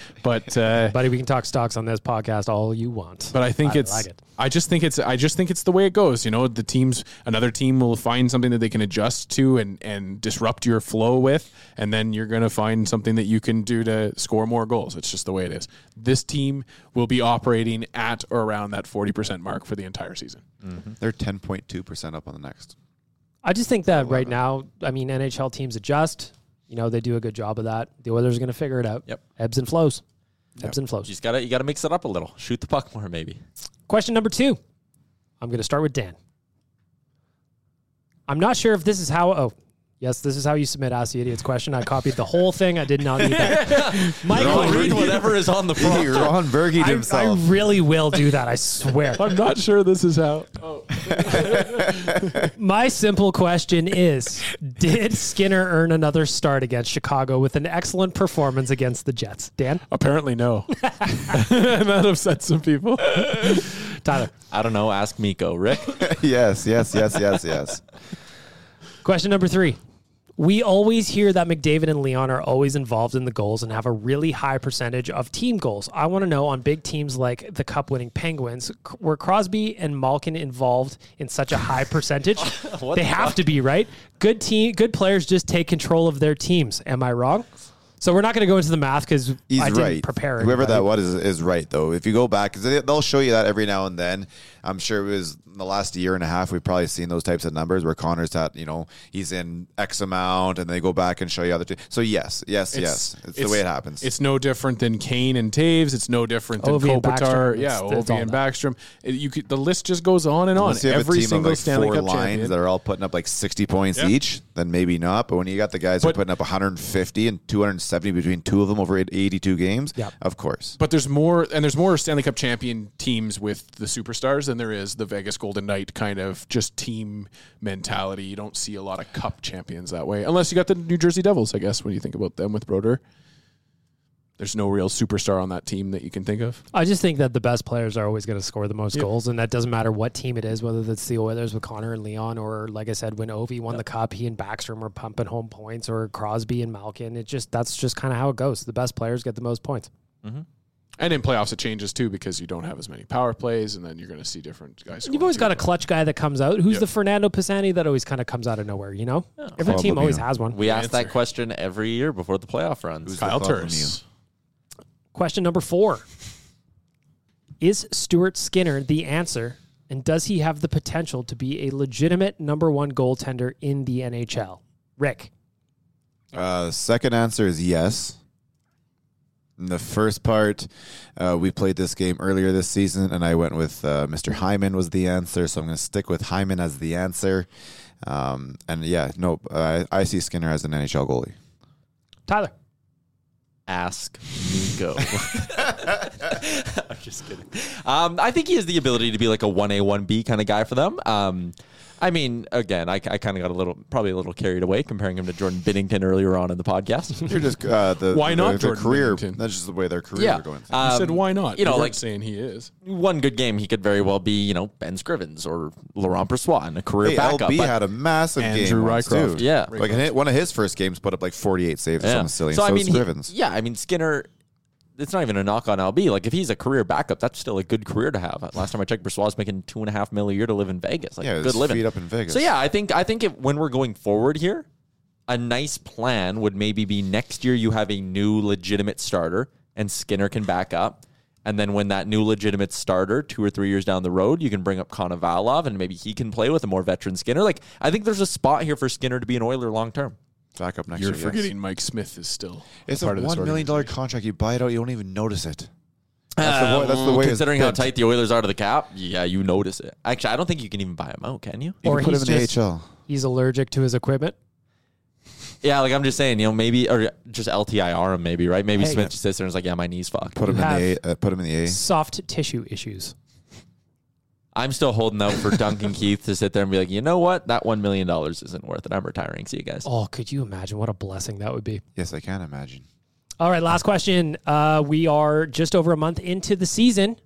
Speaker 3: [laughs]
Speaker 6: But uh,
Speaker 3: buddy. We can talk stocks on this podcast all you want.
Speaker 6: But I think
Speaker 3: I
Speaker 6: it's.
Speaker 3: like it.
Speaker 6: I just think it's. I just think it's the way it goes. You know, the teams. Another team will find something that they can adjust to and and disrupt your flow with, and then you're going to find something that you can do to score more goals. It's just the way it is. This team will be operating at or around that forty percent mark for the entire season.
Speaker 5: They're 10.2% up on the next.
Speaker 3: I just think that right now, I mean, NHL teams adjust. You know, they do a good job of that. The Oilers are going to figure it out.
Speaker 4: Yep.
Speaker 3: Ebbs and flows. Ebbs and flows.
Speaker 4: You just gotta you gotta mix it up a little. Shoot the puck more, maybe.
Speaker 3: Question number two. I'm going to start with Dan. I'm not sure if this is how. Oh, yes, this is how you submit Ask the Idiots question. I copied the whole thing. I did not need that.
Speaker 6: [laughs]
Speaker 3: Michael,
Speaker 4: I'll read whatever is on the front.
Speaker 3: [laughs]
Speaker 5: Ron Berge
Speaker 3: I, I
Speaker 5: himself.
Speaker 3: really will do that. I swear.
Speaker 6: I'm not sure this is how.
Speaker 3: [laughs] My simple question is Did Skinner earn another start against Chicago with an excellent performance against the Jets? Dan, [laughs]
Speaker 6: Apparently, no. [laughs] that upset some people.
Speaker 3: Tyler.
Speaker 4: I don't know. Ask Miko, Rick.
Speaker 5: yes, yes, yes, yes, yes.
Speaker 3: [laughs] Question number three. We always hear that McDavid and Leon are always involved in the goals and have a really high percentage of team goals. I want to know on big teams like the cup winning Penguins, c- were Crosby and Malkin involved in such a high percentage? they have to be, right? Good team, good players just take control of their teams. Am I wrong? So we're not going to go into the math because I
Speaker 5: He's
Speaker 3: didn't
Speaker 5: right.
Speaker 3: prepare.
Speaker 5: Whoever
Speaker 3: anybody.
Speaker 5: that was is, is right, though. If you go back, 'cause they, they'll show you that every now and then. I'm sure it was in the last year and a half. We've probably seen those types of numbers where Connor's at, you know, he's in X amount, and they go back and show you other. Two. So yes, yes, yes. It's, the way it happens.
Speaker 6: It's no different than Kane and Taves. It's no different than
Speaker 3: Ovi and
Speaker 6: Kopitar.
Speaker 3: Backstrom.
Speaker 6: Yeah,
Speaker 3: It's- it's
Speaker 6: Ovi
Speaker 3: all
Speaker 6: and
Speaker 3: that.
Speaker 6: Backstrom. It- you could, the list just goes on and on.
Speaker 5: Unless you have
Speaker 6: Every
Speaker 5: a team of
Speaker 6: single
Speaker 5: like
Speaker 6: Stanley
Speaker 5: four
Speaker 6: Cup
Speaker 5: lines
Speaker 6: champion.
Speaker 5: that are all putting up like 60 points
Speaker 6: Yeah.
Speaker 5: each, then maybe not. But when you got the guys who are
Speaker 6: But-
Speaker 5: putting up 150 and 270 between two of them over eight- 82 games,
Speaker 3: Yeah.
Speaker 5: of course.
Speaker 6: but there's more, and there's more Stanley Cup champion teams with the superstars than there is the Vegas Golden Knight kind of just team mentality. You don't see a lot of cup champions that way, unless you got the New Jersey Devils, I guess. When you think about them with Broder, there's no real superstar on that team that you can think of.
Speaker 3: I just think that the best players are always going to score the most goals, and that doesn't matter what team it is, whether that's the Oilers with Connor and Leon, or like I said, when Ovi won the cup, he and Backstrom were pumping home points, or Crosby and Malkin. It just that's just kind of how it goes. The best players get the most points.
Speaker 6: And in playoffs, it changes too because you don't have as many power plays, and then you're going to see different guys.
Speaker 3: You've always got a
Speaker 6: scoring.
Speaker 3: clutch guy that comes out. Who's the Fernando Pisani that always kind of comes out of nowhere? You know, every
Speaker 5: Paul
Speaker 3: team always
Speaker 5: Bobino.
Speaker 3: has one.
Speaker 4: We ask that question every year before the playoff runs.
Speaker 6: Kyle
Speaker 5: the problem
Speaker 6: Turris.
Speaker 3: Question number four Is Stuart Skinner the answer? And does he have the potential to be a legitimate number one goaltender in the NHL? Rick.
Speaker 5: Uh, second answer is yes. In the first part, uh, we played this game earlier this season, and I went with uh, Mr. Hyman was the answer, so I'm going to stick with Hyman as the answer. Um, and yeah, no, I, I see Skinner as an NHL goalie.
Speaker 3: Tyler.
Speaker 4: Ask
Speaker 5: [laughs]
Speaker 4: [laughs] Miko. I'm just kidding. Um, I think he has the ability to be like a 1A, 1B kind of guy for them. Um, I mean, again, I, I kind of got a little, probably a little carried away comparing him to Jordan Binnington earlier on in the
Speaker 5: [laughs]
Speaker 4: podcast.
Speaker 5: You're just uh, the
Speaker 6: Why not
Speaker 5: their- their
Speaker 6: Jordan
Speaker 5: career.
Speaker 6: Bennington?
Speaker 5: That's just the way their careers
Speaker 4: yeah.
Speaker 5: are going.
Speaker 6: You
Speaker 4: Um,
Speaker 6: said why not?
Speaker 4: You know,
Speaker 6: weren't
Speaker 4: like
Speaker 6: saying he is.
Speaker 4: one good game, he could very well be, you know, Ben Scrivens or Laurent Persois in a career
Speaker 5: Hey,
Speaker 4: backup.
Speaker 5: LB
Speaker 4: but-
Speaker 5: had a massive
Speaker 6: Andrew
Speaker 5: game once,
Speaker 6: Rycroft.
Speaker 5: too.
Speaker 4: Yeah.
Speaker 5: like in one of his first games put up like 48 saves or something silly.
Speaker 4: So,
Speaker 5: and
Speaker 4: I mean,
Speaker 5: so
Speaker 4: he-
Speaker 5: Scrivens.
Speaker 4: yeah, I mean Skinner. It's not even a knock on LB. Like if he's a career backup, that's still a good career to have. Last time I checked, Bressois making two and a half mil a year to live in Vegas. Like
Speaker 5: Yeah,
Speaker 4: good
Speaker 5: his
Speaker 4: living.
Speaker 5: feet up in Vegas.
Speaker 4: So yeah, I think I think if, when we're going forward here, a nice plan would maybe be next year you have a new legitimate starter and Skinner can back up. And then when that new legitimate starter, two or three years down the road, you can bring up Konovalov and maybe he can play with a more veteran Skinner. Like I think there's a spot here for Skinner to be an Oiler long term.
Speaker 5: back up next
Speaker 6: You're
Speaker 5: year. yes.
Speaker 6: forgetting Mike Smith is still
Speaker 5: It's
Speaker 6: a part
Speaker 5: a
Speaker 6: of this
Speaker 5: one million dollar
Speaker 6: organization.
Speaker 5: contract. You buy it out, you don't even notice it. That's the, way- that's the
Speaker 4: Well,
Speaker 5: way. it's
Speaker 4: Uh, considering how
Speaker 5: bent.
Speaker 4: tight the Oilers are to the cap, yeah, you notice it. Actually, I don't think you can even buy him out, can you?
Speaker 5: you
Speaker 3: Or
Speaker 5: can put him
Speaker 3: he's
Speaker 5: in
Speaker 3: just-
Speaker 5: the AHL.
Speaker 3: He's allergic to his equipment.
Speaker 4: Yeah, like I'm just saying, you know, maybe or just LTIR him, maybe right? Maybe
Speaker 3: Hey.
Speaker 4: Smith just sits there and is like, yeah, my knee's fucked.
Speaker 5: Put him in
Speaker 3: have-
Speaker 5: the A, uh, put him in the A.
Speaker 3: Soft tissue issues.
Speaker 4: I'm still holding out for [laughs] Duncan Keith to sit there and be like, you know what, that one million dollars isn't worth it. I'm retiring. See you guys.
Speaker 3: Oh, could you imagine what a blessing that would be?
Speaker 5: Yes, I can imagine.
Speaker 3: All right, last question. Uh, we are just over a month into the season. A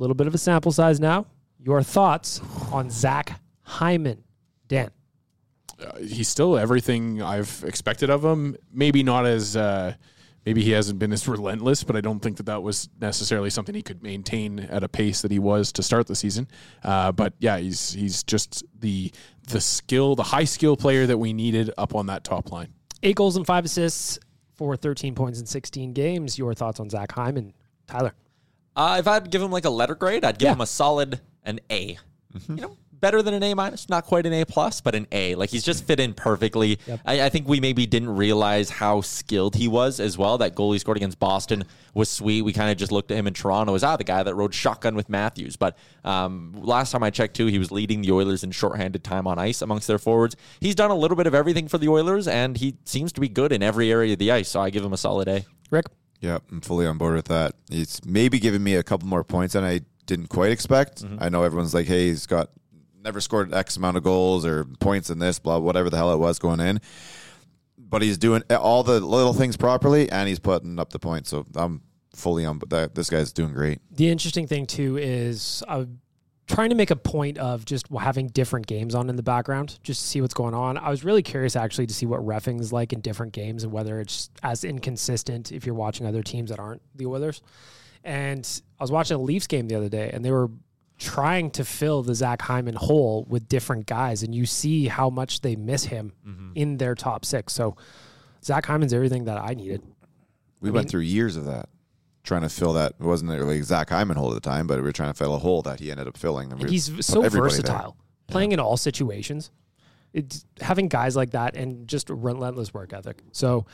Speaker 3: little bit of a sample size now. Your thoughts on Zach Hyman, Dan.
Speaker 6: he's still everything I've expected of him. Maybe not as uh, maybe he hasn't been as relentless, but I don't think that that was necessarily something he could maintain at a pace that he was to start the season. Uh, but yeah, he's he's just the the skill, the high skill player that we needed up on that top line.
Speaker 3: Eight goals and five assists for 13 points in 16 games. Your thoughts on Zach Hyman, Tyler?
Speaker 4: Uh, if I'd give him like a letter grade, I'd give
Speaker 3: Yeah.
Speaker 4: him a solid an A. You know, better than an A minus, not quite an A plus, but an A. Like he's just fit in perfectly. I, I think we maybe didn't realize how skilled he was as well. That goal he scored against Boston was sweet. We kind of just looked at him in Toronto as ah, the guy that rode shotgun with Matthews. But um, last time I checked too, he was leading the Oilers in shorthanded time on ice amongst their forwards. He's done a little bit of everything for the Oilers, and he seems to be good in every area of the ice. So I give him a solid A.
Speaker 3: Rick?
Speaker 5: Yeah, I'm fully on board with that. It's maybe giving me a couple more points than I didn't quite expect. I know everyone's like, hey, he's got never scored X amount of goals or points in this, blah, whatever the hell it was going in. But he's doing all the little things properly and he's putting up the points. So I'm fully on but that. This guy's doing great.
Speaker 3: The interesting thing, too, is I'm trying to make a point of just having different games on in the background just to see what's going on. I was really curious, actually, to see what refing is like in different games and whether it's as inconsistent if you're watching other teams that aren't the Oilers. And I was watching a Leafs game the other day, and they were trying to fill the Zach Hyman hole with different guys, and you see how much they miss him in their top six. So Zach Hyman's everything that I needed.
Speaker 5: We went through years of that. Trying to fill that it wasn't really Zach Hyman hole at the time, but we were trying to fill a hole that he ended up filling. And we
Speaker 3: He's
Speaker 5: put
Speaker 3: so
Speaker 5: everybody there.
Speaker 3: versatile, playing in all situations. It's having guys like that and just relentless work ethic. So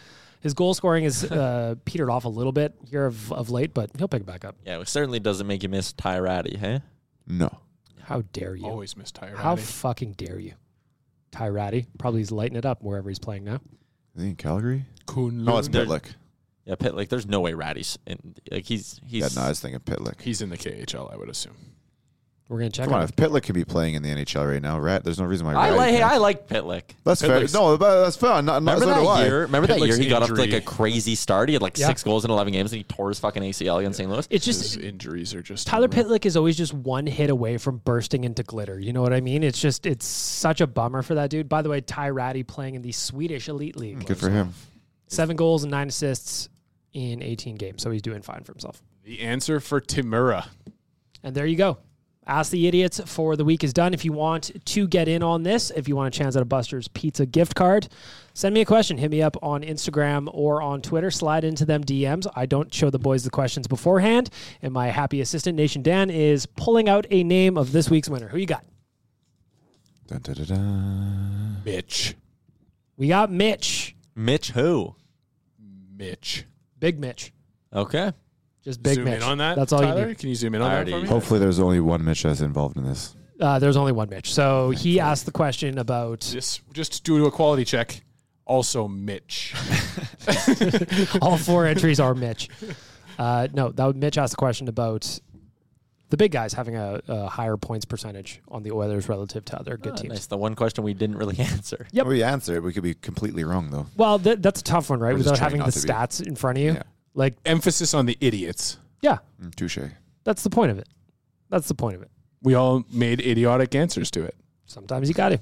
Speaker 3: his goal scoring
Speaker 5: [laughs]
Speaker 3: is uh, petered off a little bit here of, of late, but he'll pick it back up.
Speaker 4: Yeah, it certainly doesn't make you miss eh? Tyratty, huh?
Speaker 5: No.
Speaker 3: How dare you?
Speaker 6: Always miss Tyrone.
Speaker 3: How fucking dare you? Ty Ratty probably he's lighting it up wherever he's playing now.
Speaker 5: Is he in Calgary?
Speaker 6: Kuhn
Speaker 5: No, it's
Speaker 6: Lund.
Speaker 5: Pitlick.
Speaker 4: Yeah, Pitt, like there's no way Ratty's in like he's he's
Speaker 5: Yeah, no, I was thinking Pitlick.
Speaker 6: He's in the KHL, I would assume.
Speaker 3: We're gonna check
Speaker 5: Come on,
Speaker 3: on
Speaker 5: if Pitlick could be playing in the NHL right now, Rat, there's no reason why.
Speaker 4: I
Speaker 5: Rat
Speaker 4: like hey,
Speaker 5: can't.
Speaker 4: I like Pitlick.
Speaker 5: That's fair.
Speaker 6: Pitlick's-
Speaker 5: No, but that's fair. Not,
Speaker 4: Remember
Speaker 5: not, so do
Speaker 4: that
Speaker 5: I.
Speaker 4: year? Remember that year
Speaker 6: Pitlick's
Speaker 4: he got off to, like a
Speaker 6: injury-
Speaker 4: crazy start. He had like
Speaker 3: Yeah.
Speaker 4: six goals in eleven games, and he tore his fucking ACL against St. Louis.
Speaker 3: It's
Speaker 6: His
Speaker 3: just
Speaker 6: injuries are just
Speaker 3: Tyler Pitlick is always just one hit away from bursting into glitter. You know what I mean? It's just it's such a bummer for that dude. By the way, Ty Ratty playing in the Swedish Elite League.
Speaker 5: Good for him.
Speaker 3: Seven goals and nine assists in 18 games. So he's doing fine for himself.
Speaker 6: The answer for Timura.
Speaker 3: And there you go. Ask the Idiots for the week is done. If you want to get in on this, if you want a chance at a Buster's Pizza gift card, send me a question. Hit me up on Instagram or on Twitter. Slide into them DMs. I don't show the boys the questions beforehand. And my happy assistant, Nation Dan, is pulling out a name of this week's winner. Who you got?
Speaker 5: Dun, dun, dun, dun.
Speaker 6: Mitch.
Speaker 3: We got Mitch.
Speaker 4: Mitch who?
Speaker 6: Mitch.
Speaker 3: Big Mitch.
Speaker 4: Okay.
Speaker 3: Just big
Speaker 6: zoom
Speaker 3: Mitch.
Speaker 6: in on that.
Speaker 3: That's all
Speaker 6: Tyler?
Speaker 3: you need.
Speaker 6: Can you zoom in on
Speaker 4: I
Speaker 6: that for
Speaker 4: already-
Speaker 6: me?
Speaker 5: Hopefully, there's only one Mitch that's involved in this.
Speaker 3: Uh, there's only one Mitch. So he asked the question about
Speaker 6: Just just do a quality check. Also, Mitch.
Speaker 3: All four entries are Mitch. Uh, no, that would, Mitch asked a question about the big guys having a, a higher points percentage on the Oilers relative to other
Speaker 5: Uh,
Speaker 3: good
Speaker 4: Ah,
Speaker 3: teams.
Speaker 4: nice. The one question we didn't really [laughs] answer.
Speaker 3: Yep.
Speaker 5: We answered. We could be completely wrong though.
Speaker 3: Well, th- that's a tough one, right?
Speaker 5: We're just
Speaker 3: Without
Speaker 5: trying
Speaker 3: having the
Speaker 5: not to be.
Speaker 3: stats in front of you,
Speaker 5: Yeah.
Speaker 3: like
Speaker 6: Emphasis on the idiots.
Speaker 3: yeah,
Speaker 5: Mm, Touche.
Speaker 3: that's the point of it. That's the point of it.
Speaker 6: We all made idiotic answers to it.
Speaker 3: Sometimes you got to.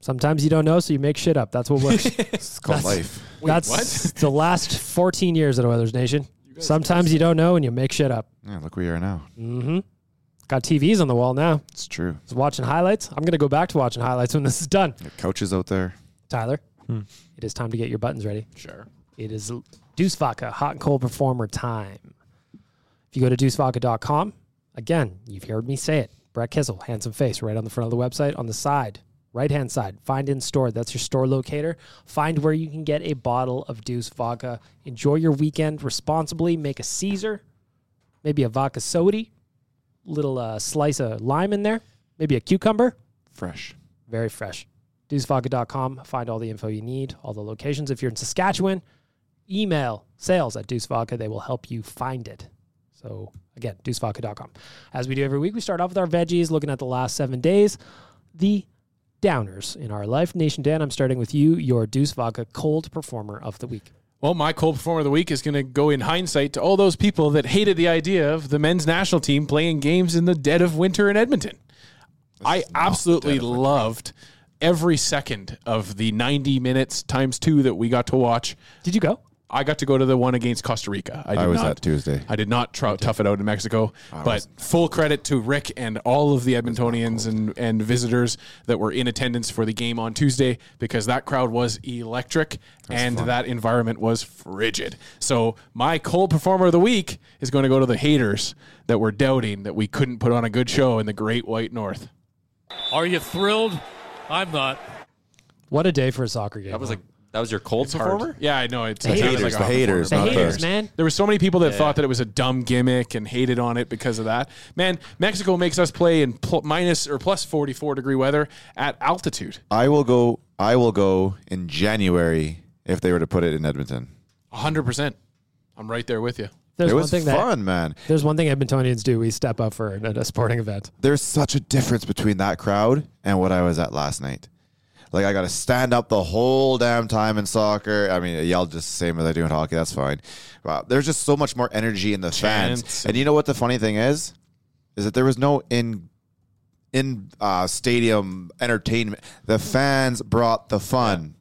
Speaker 3: Sometimes you don't know, so you make shit up. That's what works.
Speaker 5: [laughs] It's called
Speaker 3: That's-
Speaker 5: life.
Speaker 3: that's [laughs] the last 14 years at Oilers Nation. Sometimes you don't know and you make shit up.
Speaker 5: Yeah, look where you are now.
Speaker 3: Mm-hmm. Got TVs on the wall now.
Speaker 5: It's true.
Speaker 3: It's watching highlights. I'm gonna go back to watching highlights when this is done.
Speaker 5: Your couches out there.
Speaker 3: Tyler, it is time to get your buttons ready.
Speaker 6: Sure.
Speaker 3: It is Deuce Vodka, hot and cold performer time. If you go to deucevodka.com, again, you've heard me say it. Brett Kissel, handsome face, right on the front of the website, on the side, right hand side, find in store. That's your store locator. Find where you can get a bottle of Deuce Vodka. Enjoy your weekend responsibly. Make a Caesar, maybe a vodka soda, little uh, slice of lime in there, maybe a cucumber
Speaker 6: Fresh.
Speaker 3: very fresh. DeuceVodka.com. Find all the info you need, all the locations. If you're in Saskatchewan, email sales at DeuceVodka. They will help you find it. So, again, DeuceVodka.com. As we do every week, we start off with our veggies, looking at the last seven days, the downers in our life. Nation Dan, I'm starting with you, your Deuce Vodka cold performer of the week.
Speaker 6: Well, my cold performer of the week is going to go in hindsight to all those people that hated the idea of the men's national team playing games in the dead of winter in Edmonton. I absolutely loved every second of the 90 minutes times two that we got to watch.
Speaker 3: Did you go?
Speaker 6: I got to go to the one against Costa Rica. I, did
Speaker 5: was
Speaker 6: not,
Speaker 5: at Tuesday. Oh,
Speaker 6: I did not tr- tough it out in Mexico, but full credit to Rick and all of the Edmontonians and, and visitors that were in attendance for the game on Tuesday because that crowd was electric and that environment was frigid. So my cold performer of the week is going to go to the haters that were doubting that we couldn't put on a good show in the Great White North.
Speaker 7: Are you thrilled? I'm not.
Speaker 3: What a day for a soccer game.
Speaker 4: That was like that was your cold performer.
Speaker 6: Yeah, I know it's
Speaker 3: The haters,
Speaker 6: it's
Speaker 5: the haters,
Speaker 3: the
Speaker 5: not
Speaker 3: haters,
Speaker 5: first.
Speaker 3: man.
Speaker 6: There were so many people that thought that it was a dumb gimmick and hated on it because of that. Man, Mexico makes us play in pl- minus or plus 44 degree weather at altitude.
Speaker 5: I will go. I will go in January if they were to put it in Edmonton.
Speaker 6: 100%. I'm right there with you.
Speaker 3: There's
Speaker 5: it
Speaker 3: one
Speaker 5: was
Speaker 3: thing that
Speaker 5: fun, man.
Speaker 3: there's one thing Edmontonians do. We step up for at a sporting event.
Speaker 5: There's such a difference between that crowd and what I was at last night. Like I got to stand up the whole damn time in soccer. I mean, I yelled just the same as I do in hockey. That's fine. Wow, there's just so much more energy in the
Speaker 6: Chants.
Speaker 5: fans. And you know what the funny thing is, is that there was no in in uh, stadium entertainment. The fans brought the fun.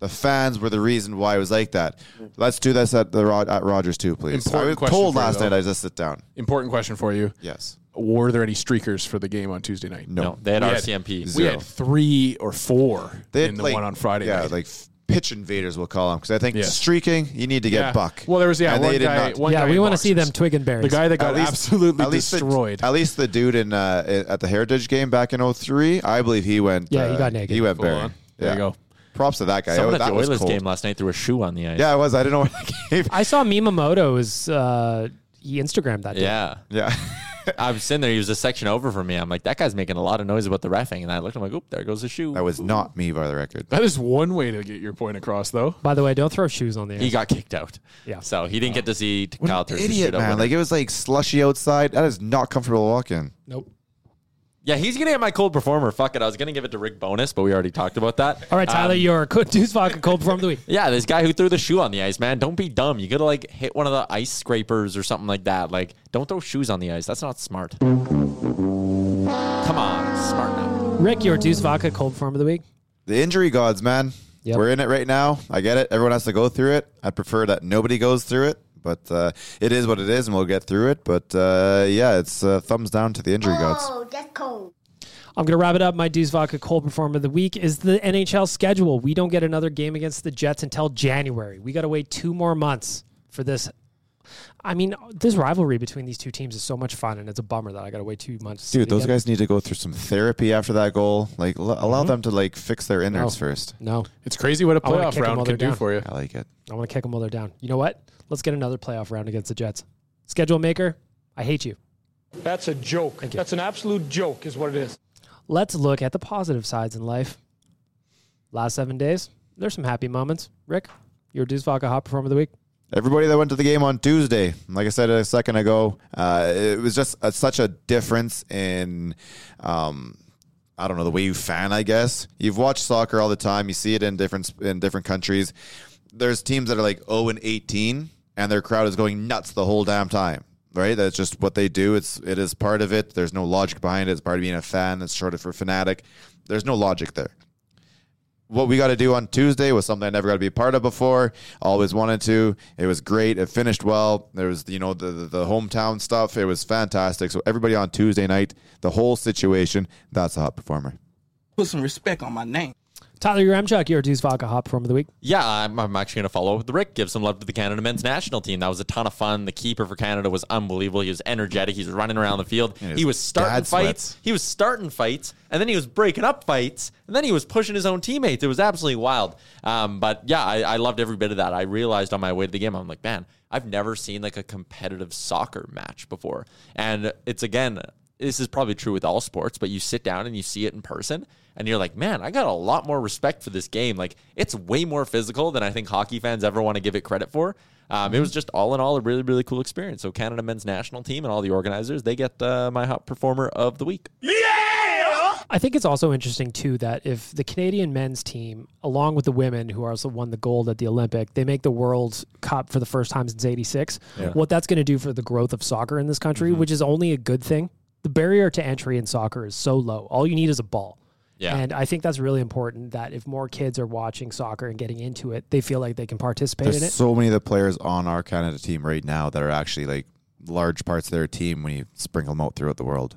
Speaker 5: The fans were the reason why it was like that. Let's do this at the Rod- at Rogers too, please.
Speaker 6: Important
Speaker 5: I was
Speaker 6: question
Speaker 5: told
Speaker 6: for you,
Speaker 5: last
Speaker 6: though.
Speaker 5: night I just sit down.
Speaker 6: Important question for you.
Speaker 5: Yes.
Speaker 6: Were there any streakers for the game on Tuesday night?
Speaker 5: No.
Speaker 4: No, they had
Speaker 6: We had-
Speaker 4: RCMP.
Speaker 6: We
Speaker 5: Zero.
Speaker 6: had three or four
Speaker 5: They had,
Speaker 6: in the
Speaker 5: like-
Speaker 6: one on Friday
Speaker 5: Yeah,
Speaker 6: night.
Speaker 5: like f- pitch invaders, we'll call them. Because I think
Speaker 6: Yeah.
Speaker 5: streaking, you need to get
Speaker 6: Yeah.
Speaker 5: buck.
Speaker 6: Well, there was, yeah,
Speaker 5: And
Speaker 6: one
Speaker 5: they did
Speaker 6: guy,
Speaker 5: not-
Speaker 6: one
Speaker 3: yeah,
Speaker 6: guy
Speaker 3: we
Speaker 6: in
Speaker 3: want to see them
Speaker 6: boxers.
Speaker 3: twig and berries.
Speaker 6: The guy that got
Speaker 5: At least-
Speaker 6: absolutely
Speaker 5: at least
Speaker 6: destroyed.
Speaker 5: The, at least the dude in uh, i- at the Heritage game back in 03, I believe he went.
Speaker 3: Yeah, he
Speaker 5: uh,
Speaker 3: got naked.
Speaker 5: He went
Speaker 6: Full
Speaker 5: bare.
Speaker 6: on. There you go.
Speaker 5: Props to that guy.
Speaker 4: Someone
Speaker 5: Oh,
Speaker 4: at
Speaker 5: that
Speaker 4: the
Speaker 5: was
Speaker 4: Oilers
Speaker 5: cold.
Speaker 4: game last night threw a shoe on the ice.
Speaker 5: Yeah, it was. I didn't know what [laughs] that game.
Speaker 3: I saw Mimamoto's uh, he Instagrammed that. Dude.
Speaker 4: Yeah.
Speaker 5: Yeah. [laughs]
Speaker 4: I was sitting there. He was a section over from me. I'm like, that guy's making a lot of noise about the refing, and I looked. I'm like, oop, there goes the shoe.
Speaker 5: that was not me by the record.
Speaker 6: That is one way to get your point across, though.
Speaker 3: By the way, don't throw shoes on the air.
Speaker 4: he got kicked out.
Speaker 3: Yeah.
Speaker 4: So he didn't get to see
Speaker 5: What
Speaker 4: Kyle
Speaker 5: an
Speaker 4: Turner
Speaker 5: idiot,
Speaker 4: shoot up
Speaker 5: man.
Speaker 4: winner.
Speaker 5: Like, it was like slushy outside. That is not comfortable to walk in.
Speaker 3: nope.
Speaker 4: yeah, he's gonna get my cold performer. Fuck it. I was gonna give it to Rick Bonus, but we already talked about that.
Speaker 3: All right,
Speaker 4: Um,
Speaker 3: Tyler, your good news vodka cold [laughs] form of the week.
Speaker 4: Yeah, this guy who threw the shoe on the ice, man. Don't be dumb. You gotta like hit one of the ice scrapers or something like that. Like, don't throw shoes on the ice. That's not smart. Come on, smart now.
Speaker 3: Rick, your deuce vodka cold form of the week.
Speaker 5: The injury gods, man.
Speaker 3: Yep.
Speaker 5: We're in it right now. I get it. Everyone has to go through it. I prefer that nobody goes through it, but uh, it is what it is, and we'll get through it. But uh, yeah, it's uh, thumbs down to the injury gods.
Speaker 3: I'm going to wrap it up. My Deuce Vodka cold performer of the week is the NHL schedule. We don't get another game against the Jets until January. We got to wait two more months for this. I mean, this rivalry between these two teams is so much fun, and it's a bummer that I got to wait two months. to see
Speaker 5: Dude,
Speaker 3: it
Speaker 5: those
Speaker 3: again.
Speaker 5: guys need to go through some therapy after that goal. Like, l- allow them to like fix their innards Mm-hmm. Oh. first.
Speaker 3: No,
Speaker 6: It's crazy what a
Speaker 3: I wanna
Speaker 6: playoff
Speaker 3: kick 'em
Speaker 6: round
Speaker 3: while
Speaker 6: can
Speaker 3: they're
Speaker 6: do
Speaker 3: down.
Speaker 6: for you.
Speaker 5: I like it.
Speaker 3: I want to kick them while they're down. You know what? Let's get another playoff round against the Jets. Schedule maker, I hate you.
Speaker 7: That's a joke.
Speaker 3: Thank you.
Speaker 7: That's an absolute joke, is what it is.
Speaker 3: Let's look at the positive sides in life. Last seven days, there's some happy moments. Rick, your Deuce Vodka hot performer of the week.
Speaker 5: Everybody that went to the game on Tuesday, like I said a second ago, uh, it was just a, such a difference in, um, I don't know, the way you fan. I guess you've watched soccer all the time. You see it in different in different countries. There's teams that are like 0 and 18, and their crowd is going nuts the whole damn time. Right, that's just what they do. It's it is part of it. There's no logic behind it. It's part of being a fan. It's shorted for fanatic. There's no logic there what we got to do on Tuesday was something I never got to be a part of before. Always wanted to. It was great. It finished well. There was, you know, the, the, the hometown stuff. It was fantastic. So everybody on Tuesday night, the whole situation, that's a hot performer.
Speaker 8: Put some respect on my name.
Speaker 3: Tyler Uramchuk, your Deuce Vodka hot performer of the week.
Speaker 4: Yeah, I'm, I'm actually going to follow up with Rick. Give some love to the Canada men's national team. That was a ton of fun. The keeper for Canada was unbelievable. He was energetic. He was running around the field.
Speaker 5: his
Speaker 4: He was starting
Speaker 5: dad
Speaker 4: fights.
Speaker 5: sweats.
Speaker 4: He was starting fights, and then he was breaking up fights, and then he was pushing his own teammates. It was absolutely wild. Um, but yeah, I, I loved every bit of that. I realized on my way to the game, I'm like, man, I've never seen like a competitive soccer match before, and it's again. This is probably true with all sports, but you sit down and you see it in person, and you're like, man, I got a lot more respect for this game. Like, it's way more physical than I think hockey fans ever want to give it credit for. Um, it was just all in all a really, really cool experience. So, Canada men's national team and all the organizers, they get uh, my hot performer of the week.
Speaker 3: I think it's also interesting too that if the Canadian men's team, along with the women who also won the gold at the Olympic, they make the World Cup for
Speaker 5: Mm-hmm.
Speaker 3: the first time since '86. What that's going to do for the growth of soccer in this country, which is only a good thing. the barrier to entry in soccer is so low. All you need is a ball.
Speaker 4: Yeah.
Speaker 3: And I think that's really important that if more kids are watching soccer and getting into it, they feel like they can participate in it.
Speaker 5: There's so many of the players on our Canada team right now that are actually like large parts of their team when you sprinkle them out throughout the world.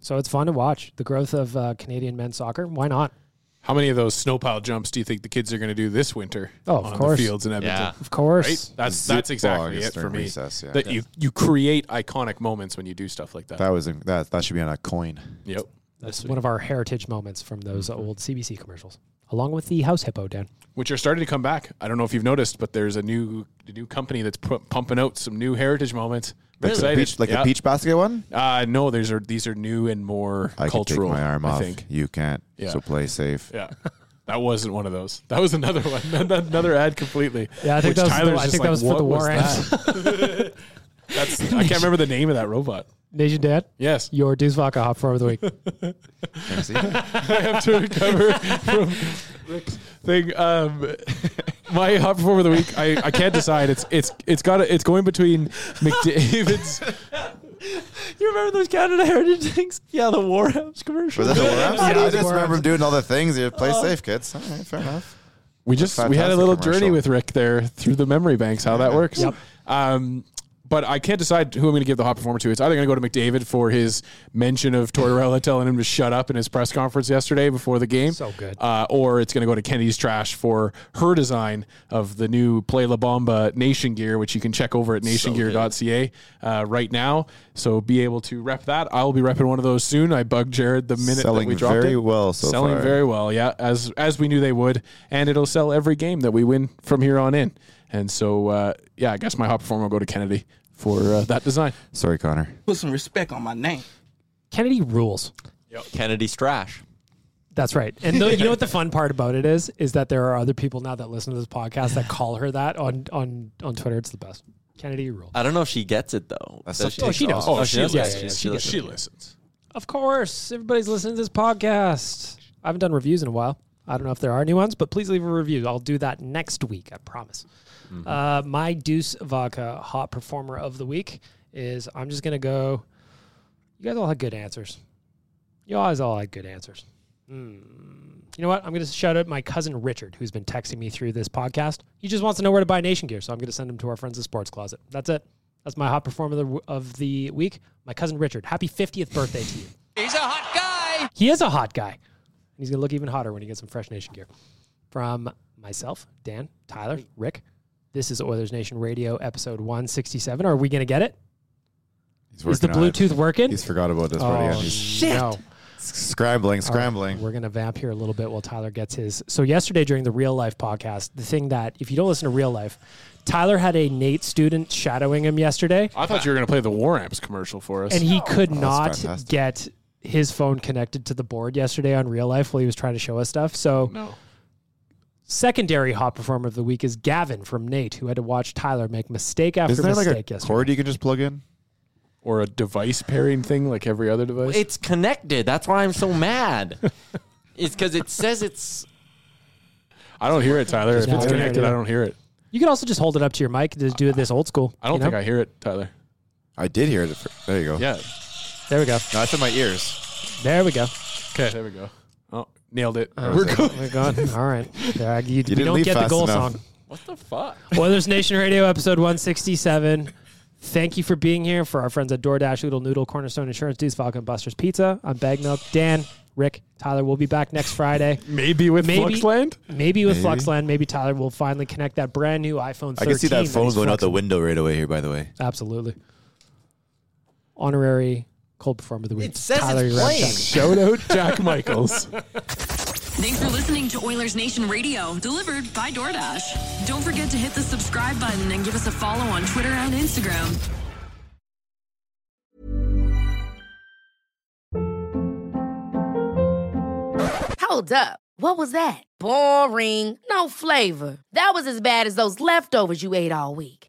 Speaker 3: So it's fun to watch the growth of uh, Canadian men's soccer. Why not?
Speaker 6: How many of those snowpile jumps do you think the kids are going to do this winter?
Speaker 3: Oh, of
Speaker 6: on
Speaker 3: course.
Speaker 6: the fields in Edmonton.
Speaker 4: Yeah.
Speaker 3: Of course.
Speaker 6: Right? That's
Speaker 5: Zip
Speaker 6: that's exactly
Speaker 5: log is
Speaker 6: it for
Speaker 5: during
Speaker 6: me.
Speaker 5: recess, yeah.
Speaker 6: That you you create iconic moments when you do stuff like that.
Speaker 5: That was that that should be on a coin.
Speaker 6: yep.
Speaker 3: That's Mm-hmm. one of our heritage moments from those old CBC commercials, along with the house hippo, Dan.
Speaker 6: Which are starting to come back. I don't know if you've noticed, but there's a new a new company that's pu- pumping out some new heritage moments. I'm
Speaker 5: Like, the,
Speaker 6: excited.
Speaker 5: peach, like
Speaker 6: Yeah.
Speaker 5: the peach basket one?
Speaker 6: Uh, no, these are these are new and more
Speaker 5: I
Speaker 6: cultural.
Speaker 5: can take my arm
Speaker 6: I
Speaker 5: off.
Speaker 6: think.
Speaker 5: You can't.
Speaker 6: Yeah.
Speaker 5: So play safe. [laughs]
Speaker 6: Yeah. That wasn't one of those. That was another [laughs] one. another ad completely.
Speaker 3: Yeah, I think
Speaker 6: Which
Speaker 3: that was the-
Speaker 6: Tyler's
Speaker 3: I
Speaker 6: just
Speaker 3: think
Speaker 6: like,
Speaker 3: that was for the
Speaker 6: "What
Speaker 3: war
Speaker 6: that?" That's I can't remember the name of that robot.
Speaker 3: [laughs] Nation Dad,
Speaker 6: Yes.
Speaker 3: your Deuce Vodka hop for the [laughs] week.
Speaker 6: I have to recover from Rick's thing. Um, [laughs] my hot performer of the week. I, I can't decide. It's it's it's got a, it's going between McDavid's.
Speaker 4: You remember those Canada Heritage things? Yeah, the War House commercial.
Speaker 5: Was that the worms?
Speaker 3: Yeah,
Speaker 5: I
Speaker 3: the
Speaker 5: just remember
Speaker 3: worms.
Speaker 5: him doing all the things. You play
Speaker 3: Oh.
Speaker 5: safe, kids. All right, fair enough.
Speaker 6: We just we had a
Speaker 5: fantastic
Speaker 6: little
Speaker 5: commercial.
Speaker 6: journey with Rick there through the memory banks. How that works.
Speaker 3: Yep.
Speaker 6: Um, but I can't decide who I'm going to give the hot performer to. It's either going to go to McDavid for his mention of
Speaker 3: [laughs]
Speaker 6: Tortorella telling him to shut up in his press conference yesterday before the game.
Speaker 3: So good.
Speaker 6: Uh, or it's going to go to Kennedy's Trash for her design of the new Play La Bomba Nation Gear, which you can check over at nationgear.ca uh, right now. So be able to rep that. I'll be repping one of those soon. I bugged Jared the minute
Speaker 5: Selling
Speaker 6: that we dropped
Speaker 5: very
Speaker 6: it.
Speaker 5: well so
Speaker 6: Selling
Speaker 5: far.
Speaker 6: very very well. Yeah, as as we knew they would, and it'll sell every game that we win from here on in. And so, uh, yeah, I guess my hot performer will go to Kennedy for uh, that design.
Speaker 5: Sorry, Connor.
Speaker 8: Put some respect on my name.
Speaker 3: Kennedy rules.
Speaker 4: Kennedy Strash.
Speaker 3: That's right. And the, you know what the fun part about it is? Is that there are other people now that listen to this podcast that call her that on on on Twitter. It's the best. Kennedy rule.
Speaker 4: I don't know if she gets it though. Does
Speaker 5: such-
Speaker 4: she?
Speaker 3: oh, she knows.
Speaker 6: Oh, she
Speaker 4: does?
Speaker 6: listens.
Speaker 3: Yeah, yeah, yeah.
Speaker 4: She
Speaker 3: She
Speaker 4: does.
Speaker 6: She listens.
Speaker 3: Of course, everybody's listening to this podcast. I haven't done reviews in a while. I don't know if there are any ones, but please leave a review. I'll do that next week. I promise. Uh, my Deuce Vodka Hot Performer of the Week is I'm just going to go. You guys all had good answers. You guys all had good answers. Hmm. You know what? I'm going to shout out my cousin Richard, who's been texting me through this podcast. He just wants to know where to buy Nation Gear, so I'm going to send him to our friends at Sports Closet. That's it. That's my hot performer of the, of the week. My cousin Richard. Happy 50th birthday to you.
Speaker 2: He's a hot guy.
Speaker 3: He is a hot guy. And he's going to look even hotter when he gets some Fresh Nation gear. From myself, Dan, Tyler, Rick, this is Oilers Nation Radio, episode 167. Are we going to get it?
Speaker 5: He's
Speaker 3: Is the
Speaker 5: working on it.
Speaker 3: Bluetooth working?
Speaker 5: He's forgot about this already.
Speaker 3: oh,
Speaker 5: and He's
Speaker 3: shit. No.
Speaker 5: scrambling, scrambling.
Speaker 3: We're going to vamp here a little bit while Tyler gets his. So, yesterday during the real life podcast, the thing that, if you don't listen to real life, Tyler had a Nate student shadowing him yesterday,
Speaker 6: I thought you were going to play the War Amps commercial for us.
Speaker 3: and he could not
Speaker 5: fantastic.
Speaker 3: get his phone connected to the board yesterday on real life while he was trying to show us stuff. So,
Speaker 6: no.
Speaker 3: secondary hot performer of the week is Gavin from Nate, who had to watch Tyler make mistake after
Speaker 5: Isn't there
Speaker 3: mistake
Speaker 5: like a
Speaker 3: yesterday.
Speaker 5: cord you can just plug in?
Speaker 6: Or a device pairing thing like every other device.
Speaker 4: It's connected. That's why I'm so
Speaker 6: [laughs]
Speaker 4: mad. it's because it says it's.
Speaker 6: I don't hear it, Tyler. If
Speaker 3: Yeah,
Speaker 6: it's
Speaker 3: I don't hear
Speaker 6: connected,
Speaker 3: it.
Speaker 6: I don't hear it.
Speaker 3: You can also just hold it up to your mic to do this old school.
Speaker 6: I don't think I hear it, Tyler.
Speaker 5: I did hear it. at fir- There you go.
Speaker 6: Yeah.
Speaker 3: I. There we go.
Speaker 5: No, that's in my ears.
Speaker 3: There we go.
Speaker 6: Okay, there we go. Oh, nailed it.
Speaker 3: Uh,
Speaker 6: we're good.
Speaker 3: We're gone. All right. There, I- you, we
Speaker 5: didn't
Speaker 3: don't
Speaker 5: leave
Speaker 3: get the
Speaker 5: fast
Speaker 3: goal
Speaker 5: enough.
Speaker 3: song.
Speaker 4: What the fuck?
Speaker 3: Oilers Nation Radio, episode 167. Thank you for being here. For our friends at DoorDash, Oodle Noodle, Cornerstone Insurance, Deuce Falcon, Buster's Pizza, I'm Bag Milk, Dan, Rick, Tyler. We'll be back next Friday.
Speaker 6: Maybe with
Speaker 3: Maybe-
Speaker 6: Fluxland?
Speaker 3: Maybe with
Speaker 5: Maybe.
Speaker 3: Fluxland, maybe Tyler will finally connect that brand new iPhone 13.
Speaker 5: I can see that
Speaker 3: he's
Speaker 5: phone going out the
Speaker 3: flexing.
Speaker 5: window right away here, by the way.
Speaker 3: Absolutely. Honorary cold performer of the week.
Speaker 4: It says it's
Speaker 3: Radchuk.
Speaker 4: playing.
Speaker 6: Shout out Jack Michaels.
Speaker 2: Thanks for listening to Oilers Nation Radio, delivered by DoorDash. Don't forget to hit the subscribe button and give us a follow on Twitter and Instagram.
Speaker 1: Hold up. What was that? Boring. No flavor. That was as bad as those leftovers you ate all week.